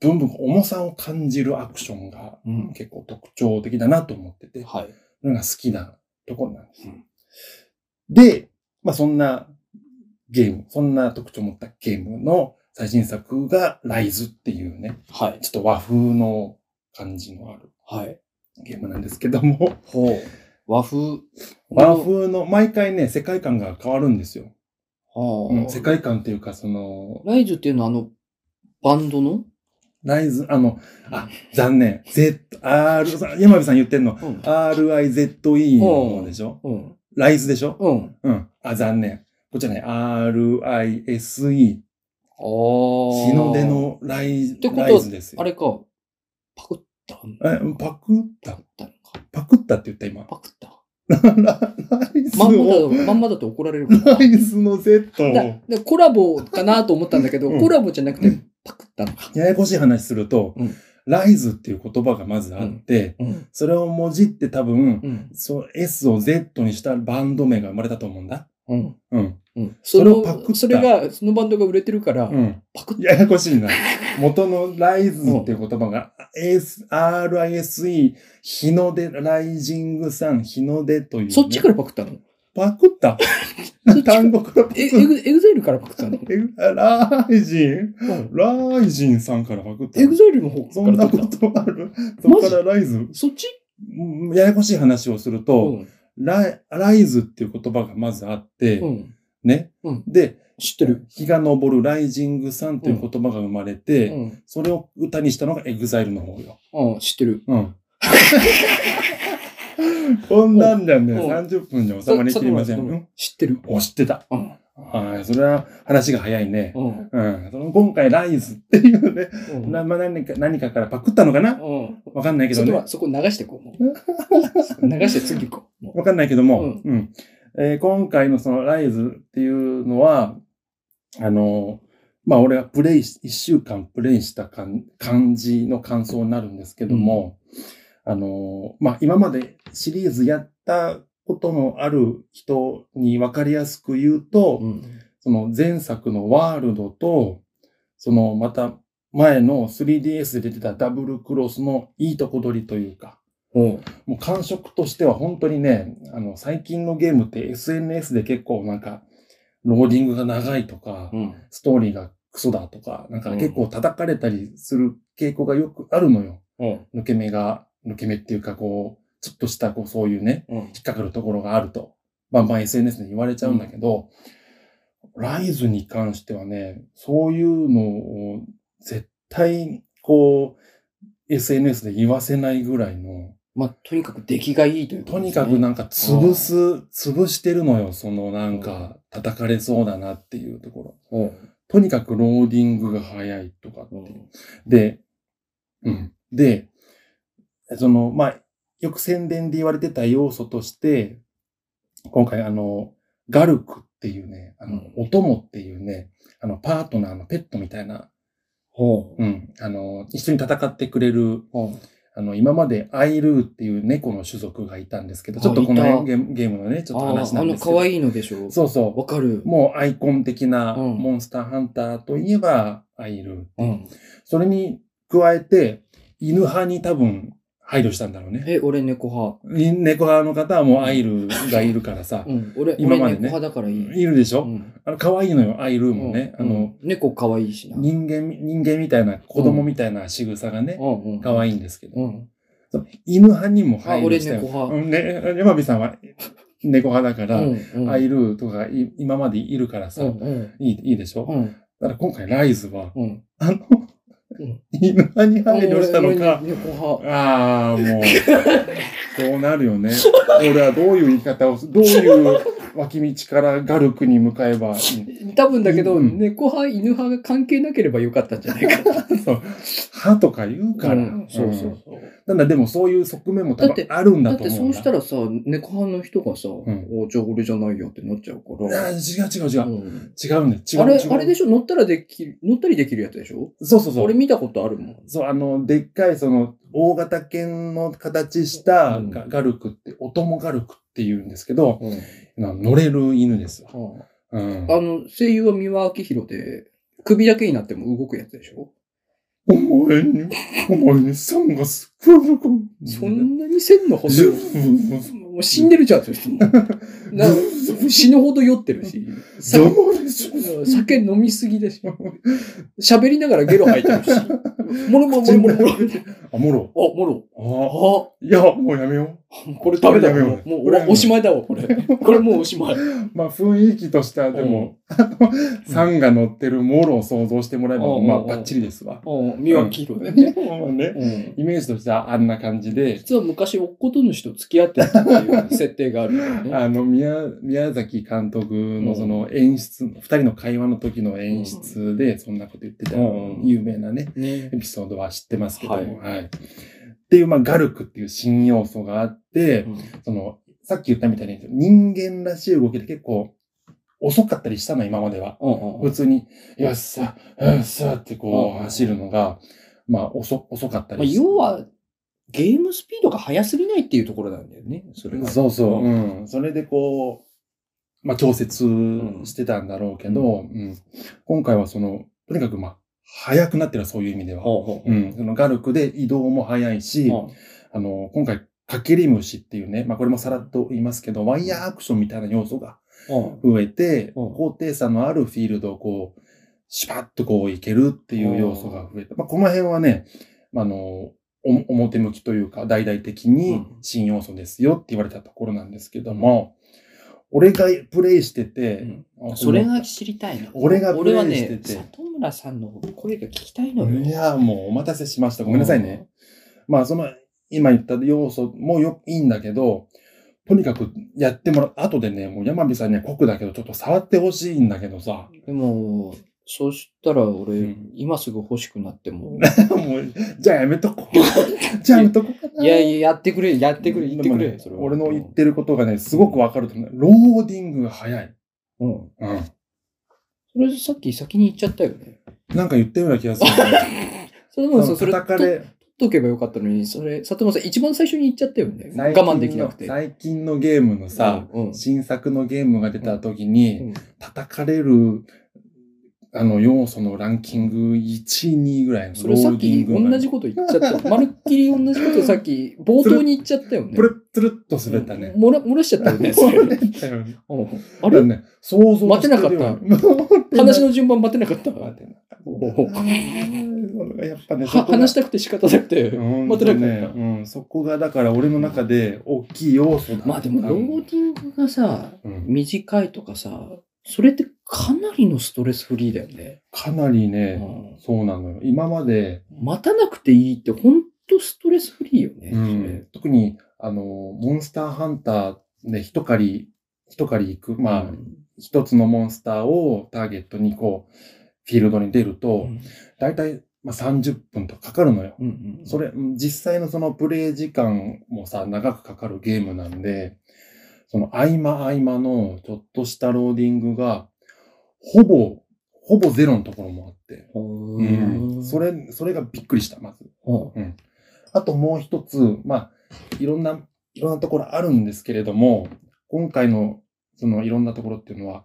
ブンブン重さを感じるアクションがうん。結構特徴的だなと思ってて、はい。のが好きなところなんです。うんで、まあそんなゲーム、そんな特徴を持ったゲームの最新作が Rise っていうね、はい。ちょっと和風の感じのあるはい。ゲームなんですけど も、ほう。和風。和風の毎回ね、世界観が変わるんですよ。はあ、うん世界観っていうかその、ライズっていうのはあの、バンドの Rise、あの、あ、残念。Z、R、山火さん言ってんの、うん。 RIZE の方でしょうん。 ?Rise でしょうん。うん。あ、残念。こっちはね、RISE ああ。日日の出。のライてことはライズですよ。あれか。パクった。えパクっパたクったのか。パクったって言った今。パクった。ライズまんまだをと、まんまだと怒られるからライズの Z を。だでコラボかなと思ったんだけど、うんコラボじゃなくて、パクったのか。ややこしい話すると、うんライズっていう言葉がまずあって、うん。それをもじって多分、うん。そう S を Z にしたバンド名が生まれたと思うんだ。うん。うん。うん、そそれれをパクったそれが、そのバンドが売れてるから、うん。パクって、ややこしいな。元のライズっていう言葉が、AS RISE、日の出、ライジングサン、日の出というね、そっちからパクったのパクった。そっちから単語からパクえ、エっグエグザイルからパクったのた。えライジンライジンさんからパクった。エグザイルの方からそんなパクこったとあるそこからライズそっちうんややこしい話をすると、ん。ライライズっていう言葉がまずあって、うん。ね、うんで、知ってる。日が昇るライジングサンっていう言葉が生まれて、うん。それを歌にしたのがエグザイルの方よ。うん、知ってる。 うん。こんなんなんね、うん30分に収まりきりません。さうん知ってる。お、知ってた。うん。はい、それは話が早いね。うん。うん。その今回、ライズっていうね、うんなまあ何か何かからパクったのかなうん。わかんないけそどこね。は、そこ流してこう。もう 流して次行こう。もうわかんないけども、うんう、えー今回のそのライズっていうのは、あのまあ俺がプレイし、一週間プレイした感感じの感想になるんですけども、あのまあ今までシリーズやったことのある人にわかりやすく言うと、うん。その前作のワールドと、そのまた前の 3DS で出てたダブルクロスのいいとこ取りというか、うん。もう感触としては本当にね、あの、最近のゲームって SNS で結構なんか、ローディングが長いとか、うん。ストーリーがクソだとか、なんかうん結構叩かれたりする傾向がよくあるのよ。うん。抜け目が、抜け目っていうかこう、ちょっとしたこうそういうね、うん。引っかかるところがあると、バンバン SNS で言われちゃうんだけど、ライズに関してはね、そういうのを絶対こう、SNS で言わせないぐらいの、まあ、とにかく出来がいいというとことでにすねかくなんか潰す、潰してるのよ。そのなんか叩かれそうだなっていうところ。うん。とにかくローディングが早いとかって。うんで、うん。で、その、まあ、よく宣伝で言われてた要素として、今回あの、ガルクっていうね、あの、うお供っていうね、あの、パートナーのペットみたいな、ほううん、あの、一緒に戦ってくれるうん。あの、今までアイルーっていう猫の種族がいたんですけど、ちょっとこのあいた辺ゲームゲームのね、ちょっと話あなあんのですけど。可愛いのでしょそうそわかるう。。もうアイコン的なうんモンスターハンターといえばアイルー。うん。それに加えて、犬派に多分配慮したんだろうね。え、俺猫派。い猫派の方はもうアイルーがいるからさう。ん。俺、俺今猫までね派だからいい。いるでしうょん。あの、可愛いのよ、アイルーもね。あうんの、、猫可愛いしな。人間、人間みたいな、子供みたいな仕草がね、うんうん。可い愛いんですけどう。ん。犬派にも配慮したよ。あ俺猫派うんね、山火さんは猫派だかうら、んうん。アイルーとかい今までいるからさ、うんうん。いいいいでしょ、うだんから今回ライズは、うん。あの、うん犬派に配慮したのか俺。俺猫派。ああ、もう、 そうなるよね。俺はどういう言い方をす、どういう脇道からガルクに向かえばい い多分だけど、うん猫派、犬派が関係なければよかったんじゃな いかな。歯とか言うから。うんそうそんうそう。なんだ、でもそういう側面も多だっ分てあるんだだっとて思そううんしたらさ、猫派の人がさ、んおじゃあ俺じゃないよってなっちゃうかあら。ー違う違う違う。うん違うんだよ。違うあれ、違うあれでしょ乗ったらできる、乗ったりできるやつでしょそうそうそう。俺見たことあるもん。そう、あの、でっかい、その、大型犬の形したうんガ,、ルクって、お供ガルクって言うんですけど、うんな乗れる犬ですよ。うん。あの、声優は三輪明宏で、首だけになっても動くやつでしょ、お前に、お前に、サンがすっごいそんなに線のジ細ュい。ーフもう死んでるじゃん、それ人もな死ぬほど酔ってるし。ど酒うでしょう酒飲みすぎだし。喋りながらゲロ吐いてるし。もろもろもろもろもろ。あ、もろ。あ、もろ。ああ、いや、もうやめよこれダメだこれやめようもうもうこれやめようおおしまいだわ、これ。これもうおしまい。う。まあ、雰囲気としては、でも、サンが乗ってるもろを想像してもらえば、うんまあ、うんバッチリですわ。うん、三輪明 宏だよね。もうね、うん。イメージとしてはあんな感じで、実は昔、おっこと主と付き合ってたっていう設定があるんだよ ね。あの宮宮崎監督のその演出、二人の会話の時の演出でそんなこと言ってた、うん有名なねねエピソードは知ってますけども、ははいっていう、まあ、ガルクっていう新要素があって、そのさっき言ったみたいに人間らしい動きで結構遅かったりしたの今まではうんうんう普ん通に「よっしゃよっしゃ」ってこううん走るのが、まあ、遅遅かったまあ、りして要は、ゲームスピードが速すぎないっていうところなんだよね、それが。そうそう、うん。それでこまあ、調節してたんだろうけど、うん今回はその、とにかくまあ、早くなってるそういう意味では。ほうほううん、そのガルクで移動も早いし、ほあの、今回、かけり虫っていうね、まあこれもさらっと言いますけど、ワイヤーアクションみたいな要素がうほ増えて、うん高低差のあるフィールドをこう、シュパッとこういけるっていう要素が増えた。まあこの辺はね、あの、お表向きというか、大々的うにん新要素ですよって言われたところなんですけども、俺がプレイしてうて、んあそれが知りたいの。俺がプ俺はレイしてね、て里村さんの声が聞きたいのいよ。や、もうお待たせしました。ごめんなさいね。まあ、その、今言った要素もよ、いいんだけど、とにかくやってもらう。後でね、もう山火さんには酷だけど、ちょっと触ってほしいんだけどさ。でも、そうしたら俺、うん今すぐ欲しくなっても。もう、じゃあやめとこ う。じゃあやめとこうかな。いやいや、やってくれ、やってくれ、言ってくでもれ。ねそれは俺の言ってることがね、すごくわかると思う。ローディングが早い。うん。うん。それさっき先に言っちゃったよね。なんか言ったような気がする。 それそでものさ、それ、叩か取っれ、とけばよかったのに、それ、里村さん一番最初に言っちゃったよね。我慢できなくて。最近の最近のゲームのさ、うん、うん新作のゲームが出た時に、うん叩かれる、あの、要素のランキング1位、2位ぐらいのそれさっき同じこと言っちゃったよ。まるっきり同じことさっき冒頭に言っちゃったよね。プルップルッと滑ったね。漏ら漏らしちゃった よ ね。それ滑ったよねうんああれね、想像してるより待 話話の順番待てなかった。待てなかったおおあーやっぱね、は話したくて仕方なくて。待待てなかねっ、たうん、そこがだから俺の中で大きい要素だったまあでも、ローディングがさ、うん短いとかさ、それってかなりのストレスフリーだよね。かなりうね、んそうなのよ。今まで、待たなくていいってほんとストレスフリーよね。うん、特に、あの、モンスターハンターで一狩り、一狩り行く、それまあ、一つのモンスターをターゲットにこう、フィールドに出るうと、んだいたいまあ30分とかかかるのよ。うんうんそれ、うん実際のそのプレイ時間もさ、長くかかるゲームなんで、その合間合間のちょっとしたローディングが、ほぼ、ほぼゼロのところもあって、ほうんーそれ、それがびっくりした、まず。ほあともう一つ、まあ、いろんな、いろんなところあるんですけれども、今回の、そのいろんなところっていうのは、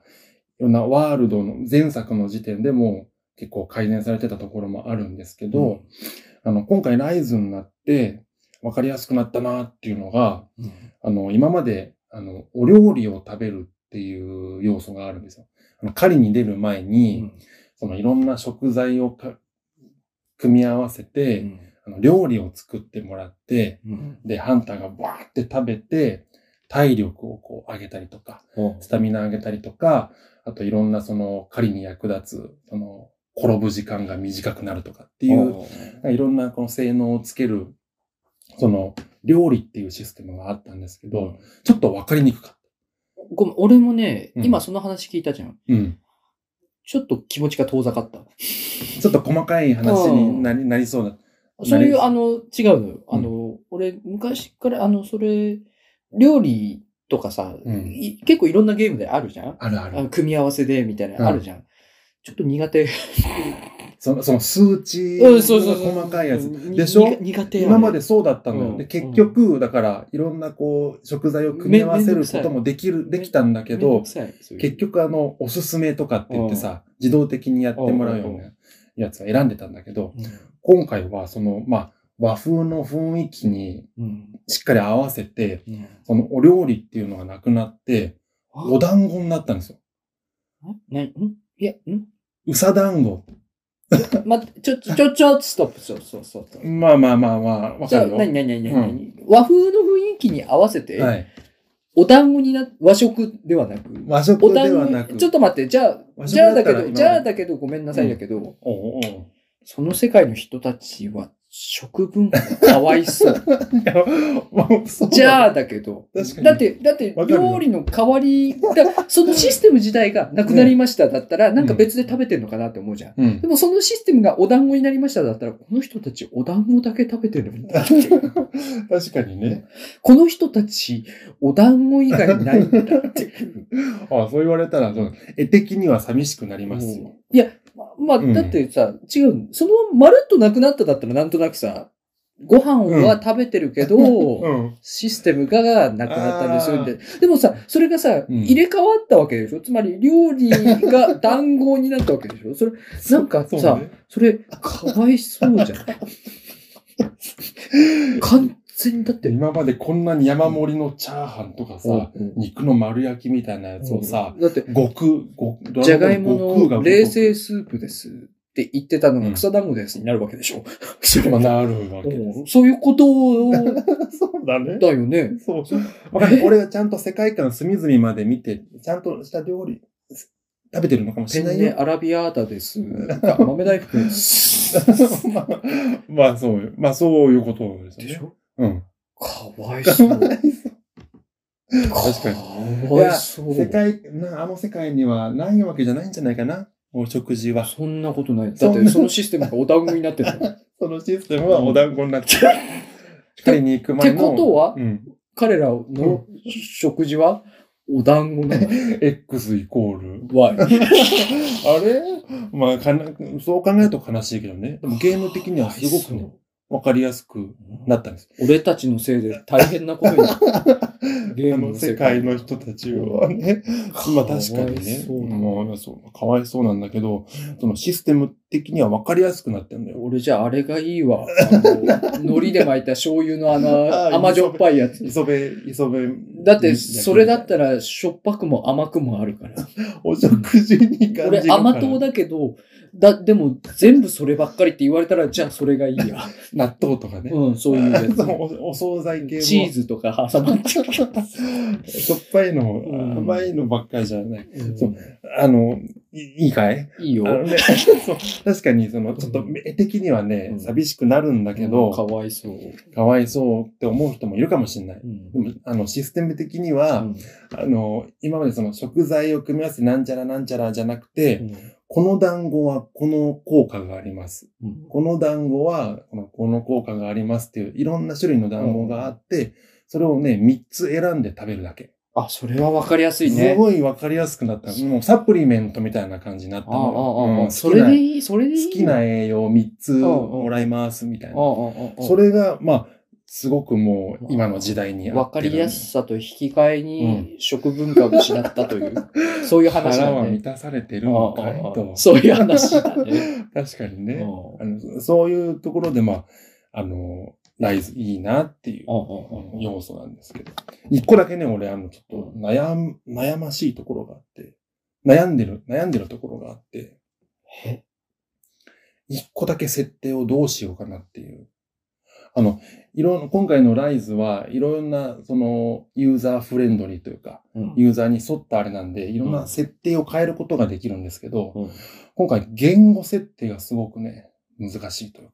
いろんなワールドの前作の時点でも結構改善されてたところもあるんですけうど、あの、今回ライズになって、わかりやすくなったなっていうのが、うんあの、今まで、あの、お料理を食べるっていう要素があるんですよ。あの、狩りに出る前うに、んそのいろんな食材をか組み合わせて、うんあの料理を作ってもらって、うんで、ハンターがバーって食べて、体力をこう上げたりとか、ほスタミナ上げたりとか、あといろんなその狩りに役立つ、その転ぶ時間が短くなるとかってういう、いろんなこの性能をつける、その料理っていうシステムがあったんですけど、ちょっとわかりにくかっごめん、俺もね、うん今その話聞いたじゃん。た。うん。ちょっと気持ちが遠ざかった。ちょっと細かい話になりなりそうだ。そういう、なありの、違うのよ。あの、俺、昔から、あの、それ、料理とかさ、うんい結構いろんなゲームであるじゃんあるああのる。組み合わせで、みたいうんな、あるじゃん。ちょっと苦手。そのその数値うのん、そうそうそう。細かいやつ。にでしょに苦手やね。今までそうだったのよ。うんで結局、だから、いろんなこう、食材を組み合わせることもできる、めできたんだけめんどどく、さいそういう結局あの、おすすめとかって言ってさ、自動的にやってもらうよううんうんなやつは選んでたんだけど、うん今回はその、まあ、和風の雰囲気にうんしっかり合わせて、うんそのお料理っていうのがなくなって、あお団子になったんですよ。な、んいや、んうさ団子。待って、ちょ、ちょ、ちょ、ちょ、ストップ、そうそうそう。まあまあまあまあ、わじかゃあ、るよ。なになになになに和風の雰囲気に合わせて、はい。お団子にな、和食ではなく、和食おで団はな子、く。ちょっと待って、じゃあ、和食じゃだあっただら今けど、のじゃあだけど、ごめんなさいだけど、おう おうその世界の人たちは、食文化がかわ いそう。いやもうそうじゃあだけど、確かにだって、だってわ、かるよ料理の代わり、だそのシステム自体がなくなりましただったら、なんか別で食べてんのかなって思うじゃん。うん で。もそのシステムがお団子になりましただったら、この人たちお団子だけ食べてるのに。 確かにね。この人たちお団子以外ないんだっていう。あそう言われたら、その絵的には寂しくなりますよ。いや、ままあ、うんだってさ、違う、そのまままるっとなくなっただったらなんとなくさ、ご飯は食べてるけど、うん。システムがなくなったんですよあーみたいな。でもさ、それがさ、うん入れ替わったわけでしょつまり料理が談合になったわけでしょそれ、なんかそうさ、ねそれ、かわいそう じゃん。完全にだっでて、今までこんなに山盛りのチャーハンとかさ、うん肉の丸焼きみたいなやつをさ、だって、極、極、じゃがいもの冷製ススープですって言ってたのうがん草団子ですになるわけ でしょ。ープになるわけです。うんそういうこと そうだね。だよね。そう。わか んない。俺はちゃんと世界観隅々まで見て、ちゃんとした料理、す食べてるのかも しペれなンいネよ。アラビアー タです。豆大福です。まあ、 まあそうよ。まあそういうことですよね。でしょうん。かわいそう。か確かわいそう。世界、な、あの世界にはないわけじゃないんじゃないかな。お食事は。そんなことない。だそっんなてそのシステムがお団子になってるの。そのシステムはお団子にな ってる。狩りに行く前の。ってことはうん。彼らの食事はお団子なの。 X イコール。わい。 あれまあかな、そう考えると悲しいけどね。でもゲーム的にはすごくね、わかりやすくなったんです。俺たちのせいで大変なことになる。ゲあームのの世世界界の人たちはね、まあ確かにね、そうだもうそうかわいそうなんだけど、そのシステム的には分かりやすくなってんだよ。俺じゃああれがいいわ。あの海苔で巻いた醤油の ああの甘じょっぱいやつ。磯辺、磯辺。だってそれだったらしょっぱくも甘くもあるから。お食事に感じ俺るから。甘党だけど、だ、でも全部そればっかりって言われたらじゃあそれがい いや。納豆とかね。うん、そういうや そうつ。おお惣菜系も。チーズとか挟まってるや つ。しょっぱいの、うん甘いのばっかりじゃない。そうんあの、いいいかいいいあのよ。ね、 そう確かに、その、ちょっと、うん絵的にはねう、ん寂しくなるんだけうんかど、わいそう。かわいそうって思う人もいるかもしれない。うんでも、あの、システム的には、あの、今までその食材を組み合わせてなんちゃらなんちゃらじゃなくて、この団子はこの効果があります。うんこの団子はこのこの効果がありますっていう、いろんな種類の団子があって、それをね、3つ選んで食べるだけ。あ、それはわかりやすいすね。ごいわかりやすくなった。もうサプリメントみたいな感じになったああ、ああ、あの。うあんそれで好いい、それでいい。きなあ好きな栄養3つんうんもらいますみたいあ、な。ああ、それが、まあ、すごくもう今の時代に合わってかるりやすさと引き換えに食文化を失ったという、そういう話腹だは満ね。たされてあるあのあかいあと。そういう話だね。確かにうんね。ああのそういうところで、まあ、あの、ライズいいなっていうあああ要素なんですけど。一個だけね、俺、あの、ちょっと悩ん、悩ましいところがあって、悩んでる、悩んでるところがあって、え一個だけ設定をどうしようかなっていう。あの、いろん、今回のライズはいろんな、その、ユーザーフレンドリーというか、うんユーザーに沿ったあれなんで、いろんうなん設定を変えることができるんですけど、うん今回言語設定がすごくね、難しいというか。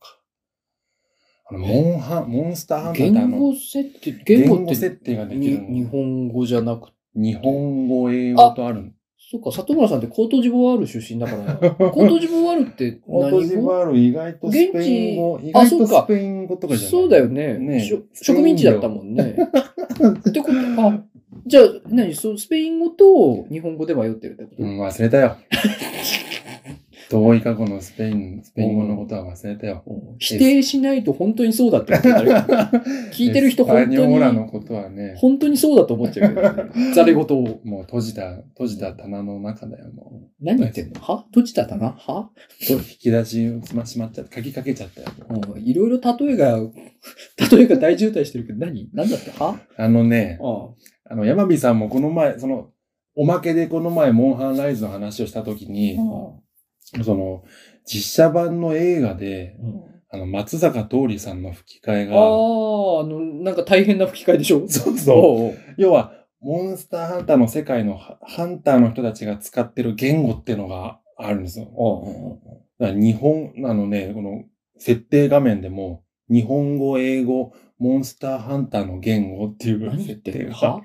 あの、モンハン、モンスターハンターってあ言の語、設定、言言語語って設定ができにる日の。本語じゃなくて、日本語、英語とあるの。そっか、里村さんってコートジボワール出身だから、コートジボワールってオート何ジ語バール意外とスペイン語、意あ外そとうかスペイン語とかじゃないそうだよねねしょ植民地だったもんね。ってことあじゃあ何そうスペイン語と日本語で迷ってるってこと、うん、忘れた よ。遠い過去のスペイン、スペイン語のことは忘れたよ。うん否定しないと本当にそうだってことに なるよ聞いてる人エ本スパニ当オラのに、ことはね、本当にそうだと思っちゃうけど、 ね、ざれ言を。もう閉じた、閉じた棚の中だよ、も何言ってんのは閉じた棚はう。引き出しをましまっちゃった、鍵かけちゃったよ。うんいろいろ例えが、 例えが大渋滞してるけど何何だってはあのね、ああの、山火さんもこの前、その、おまけでこの前、モンハンライズの話をしたときに、その、実写版の映画で、あの、松坂桃李さんの吹き替えあが、ー、あの、なんか大変な吹き替えでしょそうそう。おうおう要は、モンスターハンターの世界のハハンターの人たちが使ってる言語っていうのがあるんですよ。だから日本、あのね、この設定画面でも、日本語、英語、モンスターハンターの言語っていう何言設って定るがは、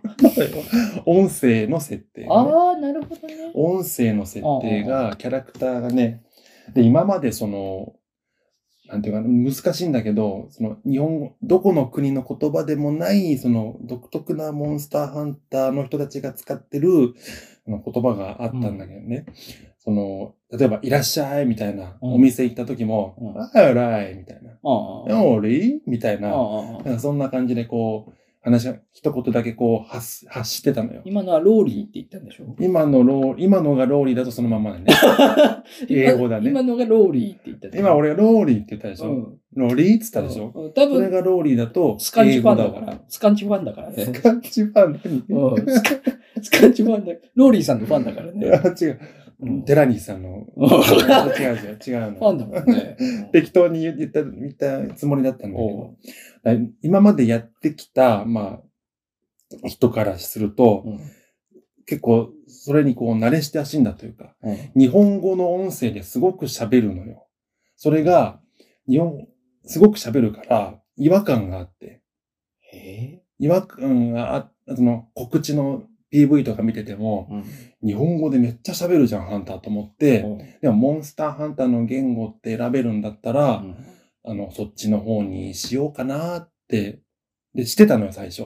音声の設定、ね。ああ、なるほどね。音声の設定が、キャラクターがね、で、今までその、なんていうかな、難しいんだけど、その、日本語、どこの国の言葉でもない、その、独特なモンスターハンターの人たちが使ってる、あの言葉があったんだけどね。その、例えば、いらっしゃいみたいな、うんお店行った時も、うんあららいみたいな、ああ。おりみたいあな、あなんかそんな感じでこう、話が、一言だけこう、発す、発してたのよ。今のはローリーって言ったんでしょ今のロー、今のがローリーだとそのまんまだね。英語だね 今今のがローリーって言ったでしょ今、俺ローリーって言ったでしょ、うん。ローリーって言ったでしょ、うん多それ分、がローリーだと、スカンチ英ファ語ンだわから。スカンチファンだからね。スカンチファン何うんスカスカンチファンだ。ローリーさんのファンだからね。あ違う。うん寺西さんの。うん違うフ違う違うァの。ンだもんね。適当に言った、言ったつもりだったんだけおど。だから今までやってきた、まあ、人からすると、うん結構、それにこう、慣れ親しんだというか、うん日本語の音声ですごく喋るのよ。それが、日本、すごく喋るから、違和感があって、え違和感があ、その、告知の PV とか見てても、うん日本語でめっちゃ喋るじゃん、ハンターと思って、でも、モンスターハンターの言語って選べるんだったら、うんあの、そっちの方にしようかなって、で、してたのよ、最初。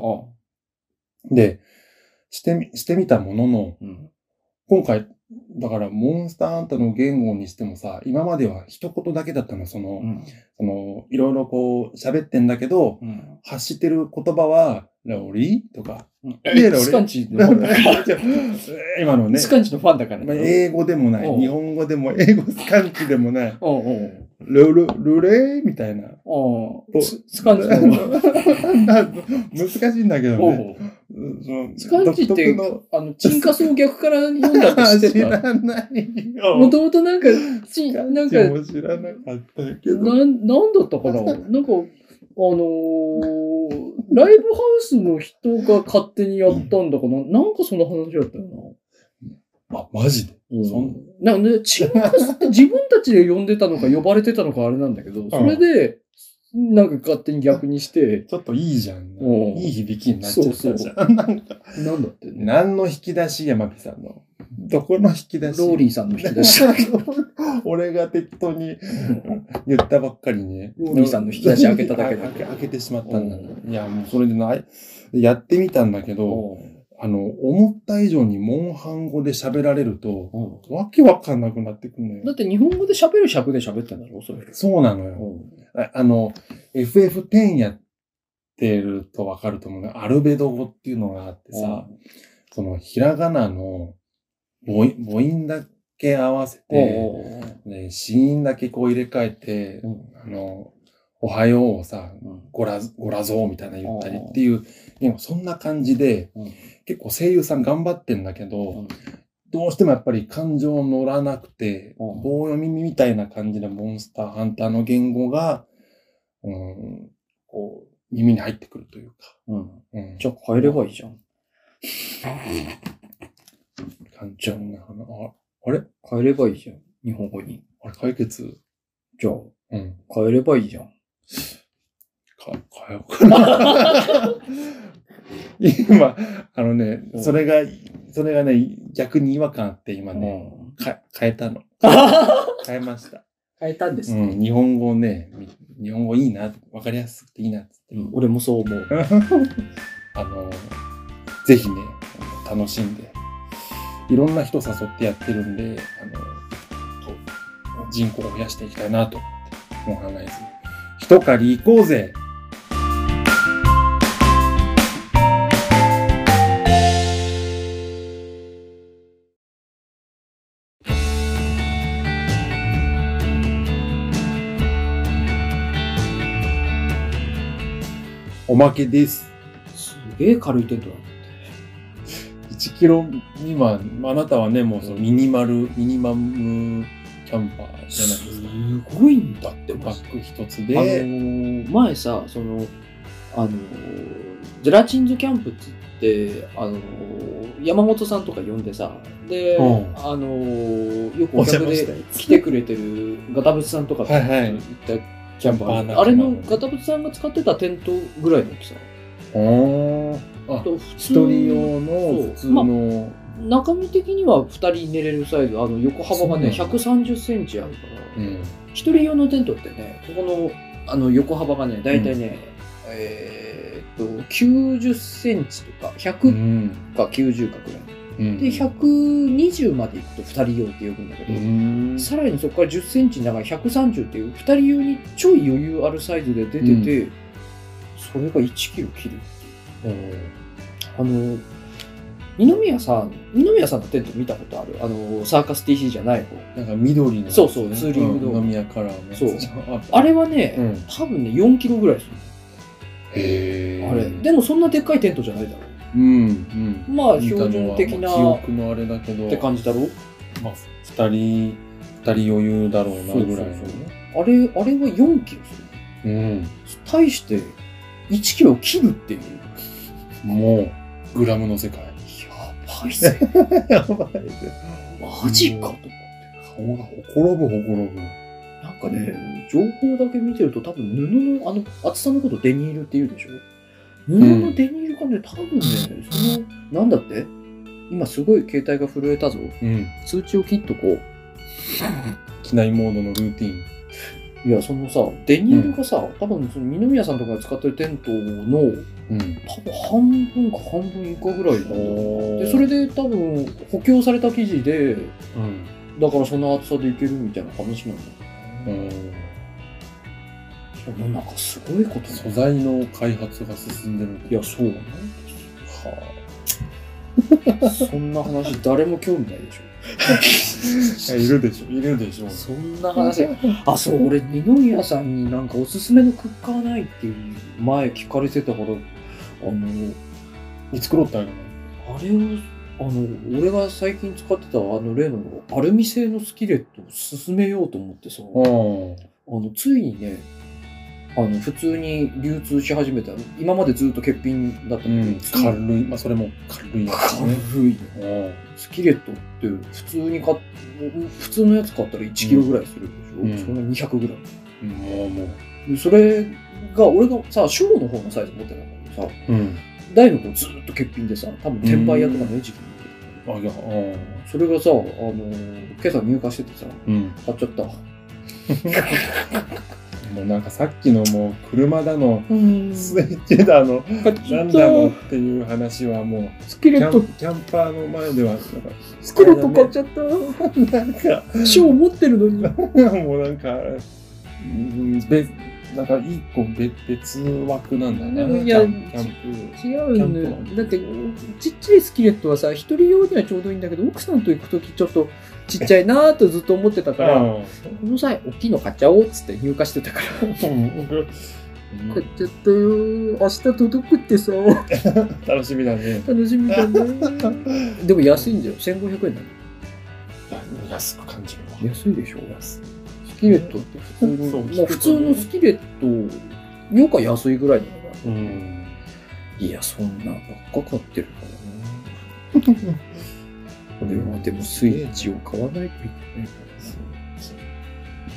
で、してみ、してみたものの、うん今回、だから、モンスターハンターの言語にしてもさ、今までは一言だけだったの、その、うんその、いろいろこう、喋ってんだけど、うん発してる言葉は、ローリーとか、えスカンチのファンだから今のねス、カンチのファンだからまあね。英語でもなうい、ん日本語でも、英語スカンチでもない、うんうんルル、ルレーみたいな。うんおススカンチのファン。難しいんだけどおね。ううんスカンチっ独て特の、あの、沈下層逆から読んだっ て知っ知てたらないよ。もともとなんか、ちスカなンんチか、も知らなかったけど。なん、なんだったかななんか、あのーライブハウスの人が勝手にやったんだかななんかそんな話だったよな。あ、マジで。うんそんなんかね、沈黙すって自分たちで呼んでたのか呼ばれてたのかあれなんだけど、それで、なんか勝手に逆にして、ちょっといいじゃん。おういい響きになっちゃったじゃん。そうなんかなんだってね。何の引き出し山火さんの。どこの引きロ出しーリーさんの引き出し。ロ 俺が適当に言ったばっかりに。ーリーさんの引き出し開けただけだ開けけど。開けてしまったんだね。いや、もうそれでない。やってみたんだけど、あの、思った以上にモンハン語で喋られると、うんわけわかんなくなってくるのだよ。って日本語で喋る尺で喋ってんだろ、それ。そうなのよ。ああの、FF10 やってるとわかると思うね。アルベド語っていうのがあってさ、そのひらがなの母音母音だけ合わせて、ね、子音だけこう入れ替えて、あの、おはようをさ、ごら、ごらぞうみたいな言ったりっていう、でもそんな感じで、うん結構声優さん頑張ってんだけど、うんどうしてもやっぱり感情乗らなくて、うん棒読みみたいな感じのモンスターハンターの言語が、うん、こう、耳に入ってくるというか。うんうん、じゃあ変えればいいじゃん。感情な話。ああれ変えればいいじゃん。日本語に。あれ解決じゃあ、うん。変えればいいじゃん。か、変えようかな。 今、あのね、うんそれが、それがね、逆に違和感あって今うね、んか変えたの。変えました。変えたんでうすね。ん、日本語ね、み日本語いいな、わかりやすくていいなっつって。うん俺もそう思う。あの、ぜひね、あの楽しんで、いろんな人誘ってやってるんで、あの、と人口を増やしていきたいなと思って、モンハンライズ。一狩り行こうぜおまけです。すげえ軽いテントだ。 1キロ未満、あなたはね、もうそのミニマル、ミニマムキャンパーじゃないですすか。ごいんだって、マバジでッグ一つあので、ー前さそのあのーゼラチンズキャンプっつってあのー山本さんとか呼んでさで、うんあのーよくおお邪客魔したでや来てくれてるガタブツさんとかとはいはい行ったキャンプあキャンパー仲る間あれのガタブツさんが使ってたテントぐらいの大きさつ。おーああ、と普一通人用の普通の、中身的には2人寝れるサイズあの横幅がねそう1な3 0センチあるから、うん。一人用のテントってね、ここのあの横幅がね、だいたいね、えーっと、90センチとか、う100ん。か90かぐらい。うんで、120まで行くと2人用って呼ぶんだけうど、んさらにそこから10センチ長い130っていう、2人用にちょい余裕あるサイズで出てて、それが1キロ切る。あの、二宮さん、二宮さんのテント見たことあるあの、サーカス TC じゃない方。なんか緑の、そうそうツーリングのの。飲み屋カラーのやつそうじゃんああれはね、うん多分ね、4キロぐらいですよ。へーあれ。でもそんなでっかいテントじゃないだろうん、うん。まあ、標準的見なたのはまあ記憶のあれだけど、って感じだろまあ、二人、二人余裕だろうな、ぐらいのそうそうね。あれ、あれは4キロする。うん。対して、1キロ切るっていう。もう、グラムの世界。やばい ぜ。やばいマジかと思って。顔がほころぶほころぶ。なんかね、情報だけ見てると多分布の、あの、厚さのことデニールって言うでしょ布のデニールがね、多分ね、その、なんだって今すごい携帯が震えたぞ。うん。通知を切っとこう。機内モードのルーティン。いや、そのさ、デニールがさ、多分その二宮さんとかが使ってるテントの、うん。多分半分か半分以下ぐらいなんだよで、それで多分補強された生地で、うん。だからその厚さでいけるみたいな話なんだよ。うん。世の中すごいこと素材の開発が進んでる。いや、そうなんですよ。そんな話、誰も興味ないでいしやいるでしょ、いるでしょょ。。そんな話。あ、そう、俺、二宮さんになんかおすすめのクッカーないっていう、前聞かれてたから、あの、見繕ってあげるあれを、あの、俺が最近使ってた、あの、例のアルミ製のスキレットを勧めようと思ってさ、あの。の、ついにね、あの、普通に流通し始めた。今までずっと欠品だったうんだけんど。ついに軽い。まあ、それも軽いやつね。軽いよ。うんスキレットって普通に買っ普通のやつ買ったら1キロぐらいするでしょ、うそれが200グラもう、もう。ムでそれが俺がさショーの方のサイズ持ってたんだけどさうん。大の子ずっと欠品でさ多分転売役なのよ時期にあ、いや、うんそれがさあのー今朝入荷しててさうん。買っちゃったもうなんかさっきのもう、車だの、うんスイッチだの、買っちなゃっ。んだのったていう話はもう、スキキレャット、ンキャンパーの前では、なんか、スキレット買っちゃった。なんか、賞持ってるのに。もうなんか、うん、べなんか一個別別枠なんだね。いやキャンキャンプ。違うんだキャよンプだってちっちゃいスキレットはさ一人用にはちょうどいいんだけど奥さんと行く時ちょっとちっちゃいなーとずっと思ってたからこの際大きいの買っちゃおうっつって入荷してたからうん買っちゃったよー明日届くってさ楽しみだね。楽しみだねー でも安いんだよ1500円だよ安く感じるわ。安いでしょスキレットって普通にそうまあ普通のスキレットよか安いぐらいだからうん。いやそんなばっか買ってる からね俺はでもスイッチを買わないといけないからさ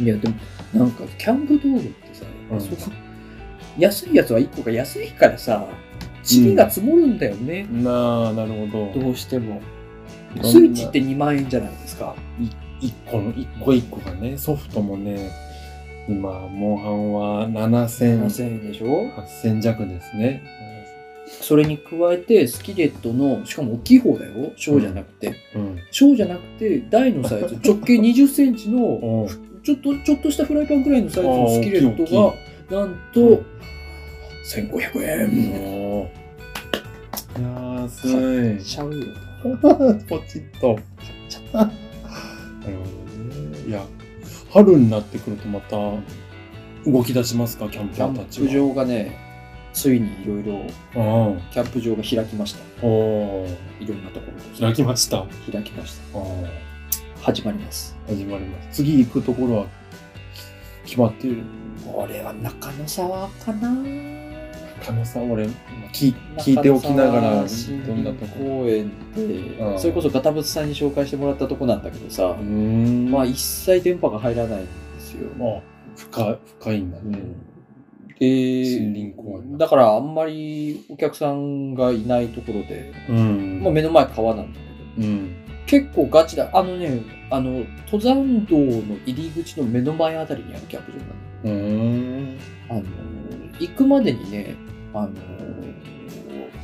いやでもなんかキャンプ道具ってさ、うんそこ安いやつは1個が安いからさチリが積もるんだよね、なあ、なるほど。どうしてもどんなスイッチって2万円じゃないですか一個の、一個一個がね、ソフトもね、今、モンハンは7000、 7000円でしょ8000弱ですね。それに加えてスキレットのしかも大きい方だよ小じゃなくて、うん。小じゃなくて大のサイズ直径2 0センチのおうちょっとちょっとしたフライパンぐらいのサイズのスキレッあー大トがなんと1500円おう安い。ちゃうよポチッと。なるほどね。いや、春になってくるとまた動き出しますか、キャンプキたャンちは。プ場がねついにいろいろうん。キャンプ場が開きましたおーいろんなところで開きました。開きましたおー始まります始まります。次行くところは決まっている。俺は中野沢かな可能さん、俺、聞い聞いておきながら、どんなとこ公園って、うんそれこそガタブツさんに紹介してもらったとこなんだけどさ、うーん。ままああ、一切電波が入らないんですよ、深い、深いんだね。森で林公園だからあんまりお客さんがいないところで、うんまあ、目の前川なんだけどうん。結構ガチだあのねあの登山道の入り口の目の前あたりにあるキャンプ場なんだうーん。あの、行くまでにね、あの、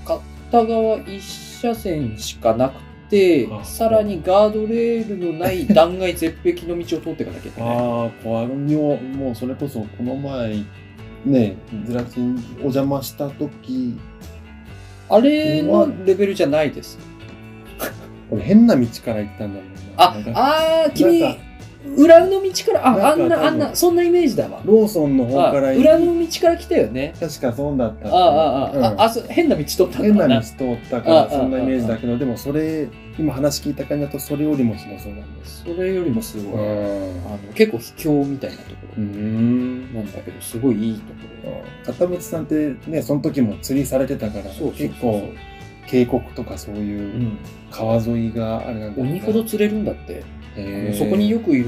片側一車線しかなくてあ、さらにガードレールのない断崖絶壁の道を通っていかなきゃいけない。ああ、これを、もうそれこそこの前、ね、ゼラチンお邪魔した時、あれのレベルじゃないです。これ変な道から行ったんだもんな。あなん、かあー、君なんか、裏の道から、あ、なあんんかな、あん多な、分そんなイメージだわ。ローソンの方あから行裏の道から来たよね。確かそうだった。ああ、ああ、あ、あ、そう変な道通ったうんんだ変なな道。通ったから、あそんなイメージだけど、でもそれ、今話聞いた感じだと、それよりもひどそうなんです。それよりもすごい。あん。の結構秘境みたいなとこうろん。なんだけど、すごいいいところ。片渕さんってね、その時も釣りされてたから、そうそうそう結構渓谷とかそういううん川沿いがあれなんだ鬼ほど釣れるんだって。へーそこによくいる、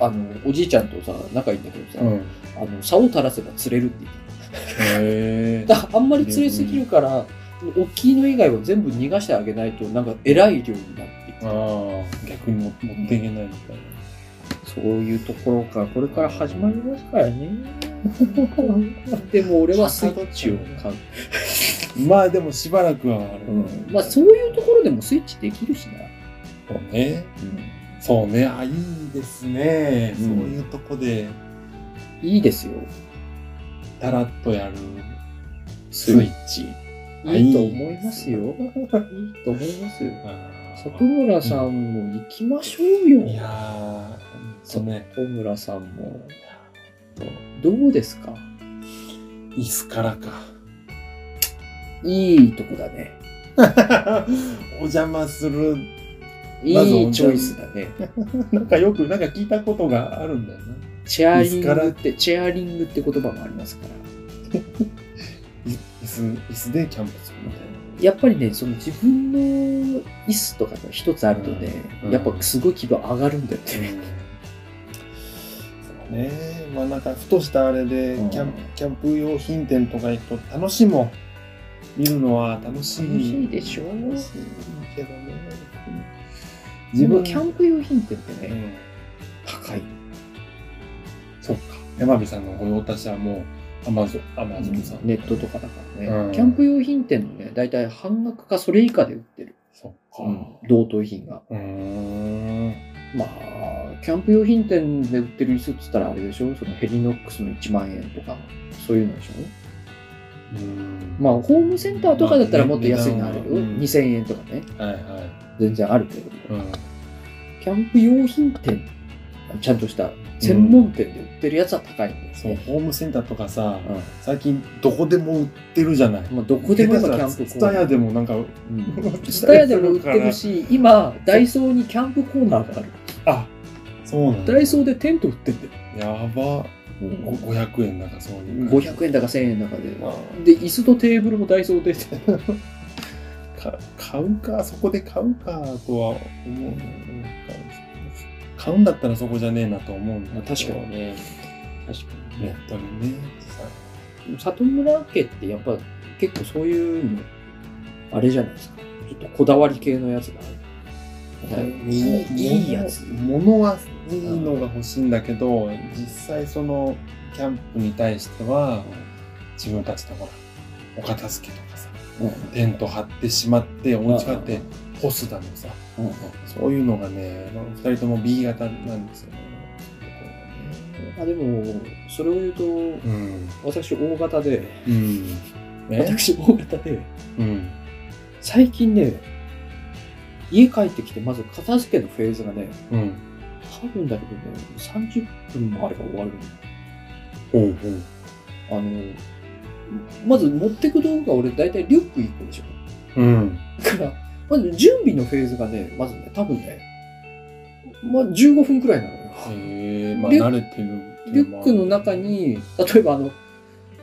あの、おじいちゃんとさ、仲いいんだけどさ、うん。あの、竿を垂らせば釣れるって言ってへーだ からあんまり釣れすぎるから、大きいの以外は全部逃がしてあげないと、なんか偉い量になってい く。ああ、逆にも持っていけないみたいな。そういうところからこれから始まりますから ね。でも俺はスイッチを買う。まあでもしばらくはあれ、うん、まあそういうところでもスイッチできるしな。そうね。うそうね。あ、いいですね。うんそういうとこで、ん、いいですよ。たらっとやるススイイッチ。あいいと思いますよ。いいいと思いますよ。あー里村さんも行きましょうよ。いやー、そうね。里村さんも。どうですか椅子からか。いいとこだね。お邪魔する。いまずお茶いチョイスだね。なんかよく、なんか聞いたことがあるんだよな。チェアリングって、チェアリングって言葉もありますから。い椅子、椅子でキャンプするみたいな。やっぱりね、その自分の椅子とかが一つあるとね、うんやっぱすごい気分上がるんだよね。そうねまあなんかふとしたあれでうんキャンプ,、キャンプ用品店とか行くと楽しいもん見るのは楽しい楽しいでしょ楽しいけどね自自分分キャンプ用品店ってうね、ん高い。そっか山火さんの御用達はもうアマゾンアマゾンさん、ネットとかだからね、うんキャンプ用品店のね、大体半額かそれ以下で売ってる。そっか同等品が。うーんまあ、キャンプ用品店で売ってる椅子っつったらあれでしょそのヘリノックスの1万円とか、そういうのでしょうんまあ、ホームセンターとかだったらもっと安いのあるよ。まあね値段はうん2000円とかね。はいはい全然あるけど。うんキャンプ用品店、ちゃんとした専門店で売ってるやつは高いんですそうね。ホームセンターとかさ、うん最近どこでも売ってるじゃないまあ、どこでも今キャンプツタヤでもなんかコーナー。ツタヤでも売ってるし、今、ダイソーにキャンプコーナーがある。あそうなんだダイソーでテント売ってんだよ。やばご500円なんかそういう感じ500円だか1000円だかで。まで、椅子とテーブルもダイソーで。あか買うかそこで買うかとは思うんだよね買うんだったらそこじゃねえなと思うんだけどね。確かにネね。ットにね里村家ってやっぱ結構そういうの、あれじゃないですか。ちょっとこだわり系のやつがある。いいいいやつ物はいいのが欲しいんだけど実際そのキャンプに対しては自分たちとほらお片付けとかさテント張ってしまってお家買って干すだのさうんうんそういうのがね、二人とも B 型なんですよね。あでも、それを言うと、うん。私、大型で、うん。ね私、大型で、うん。最近ね、家帰ってきて、まず片付けのフェーズがね、うん。多分だけどね、30分もあれば終わるのほうほう。あの、まず持ってく道具が俺大体リュック1個でしょ。うん。だから、まず準備のフェーズがね、まずね、多分ね、まあ15分くらいなのよ。へえまあリュ慣れてるっていリうュもッあクるの中。に、例えばあの、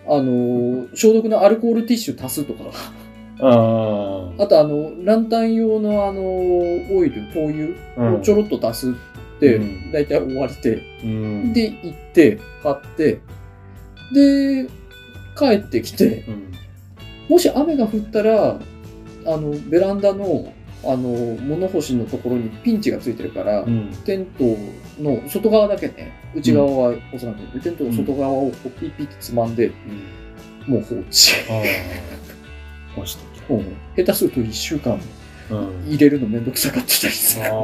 あの、消毒のアルコールティッシュ足すとか、ああとあの、ランタン用のあの、オイル、灯油あ。うんをちょろっと足すってうん、大体終わりて、うん。で、行って、買って、で、帰ってきて、うん。もし雨が降ったら、あの、ベランダの、あの、物干しのところにピンチがついてるから、うん。テントの外側だけね、内側は干さなくて、テントの外側をこうピッピッてつまんで、もう放置。 ああ。押してきうん下手すると1週間うん入れるのめんどくさかったりすある。ーね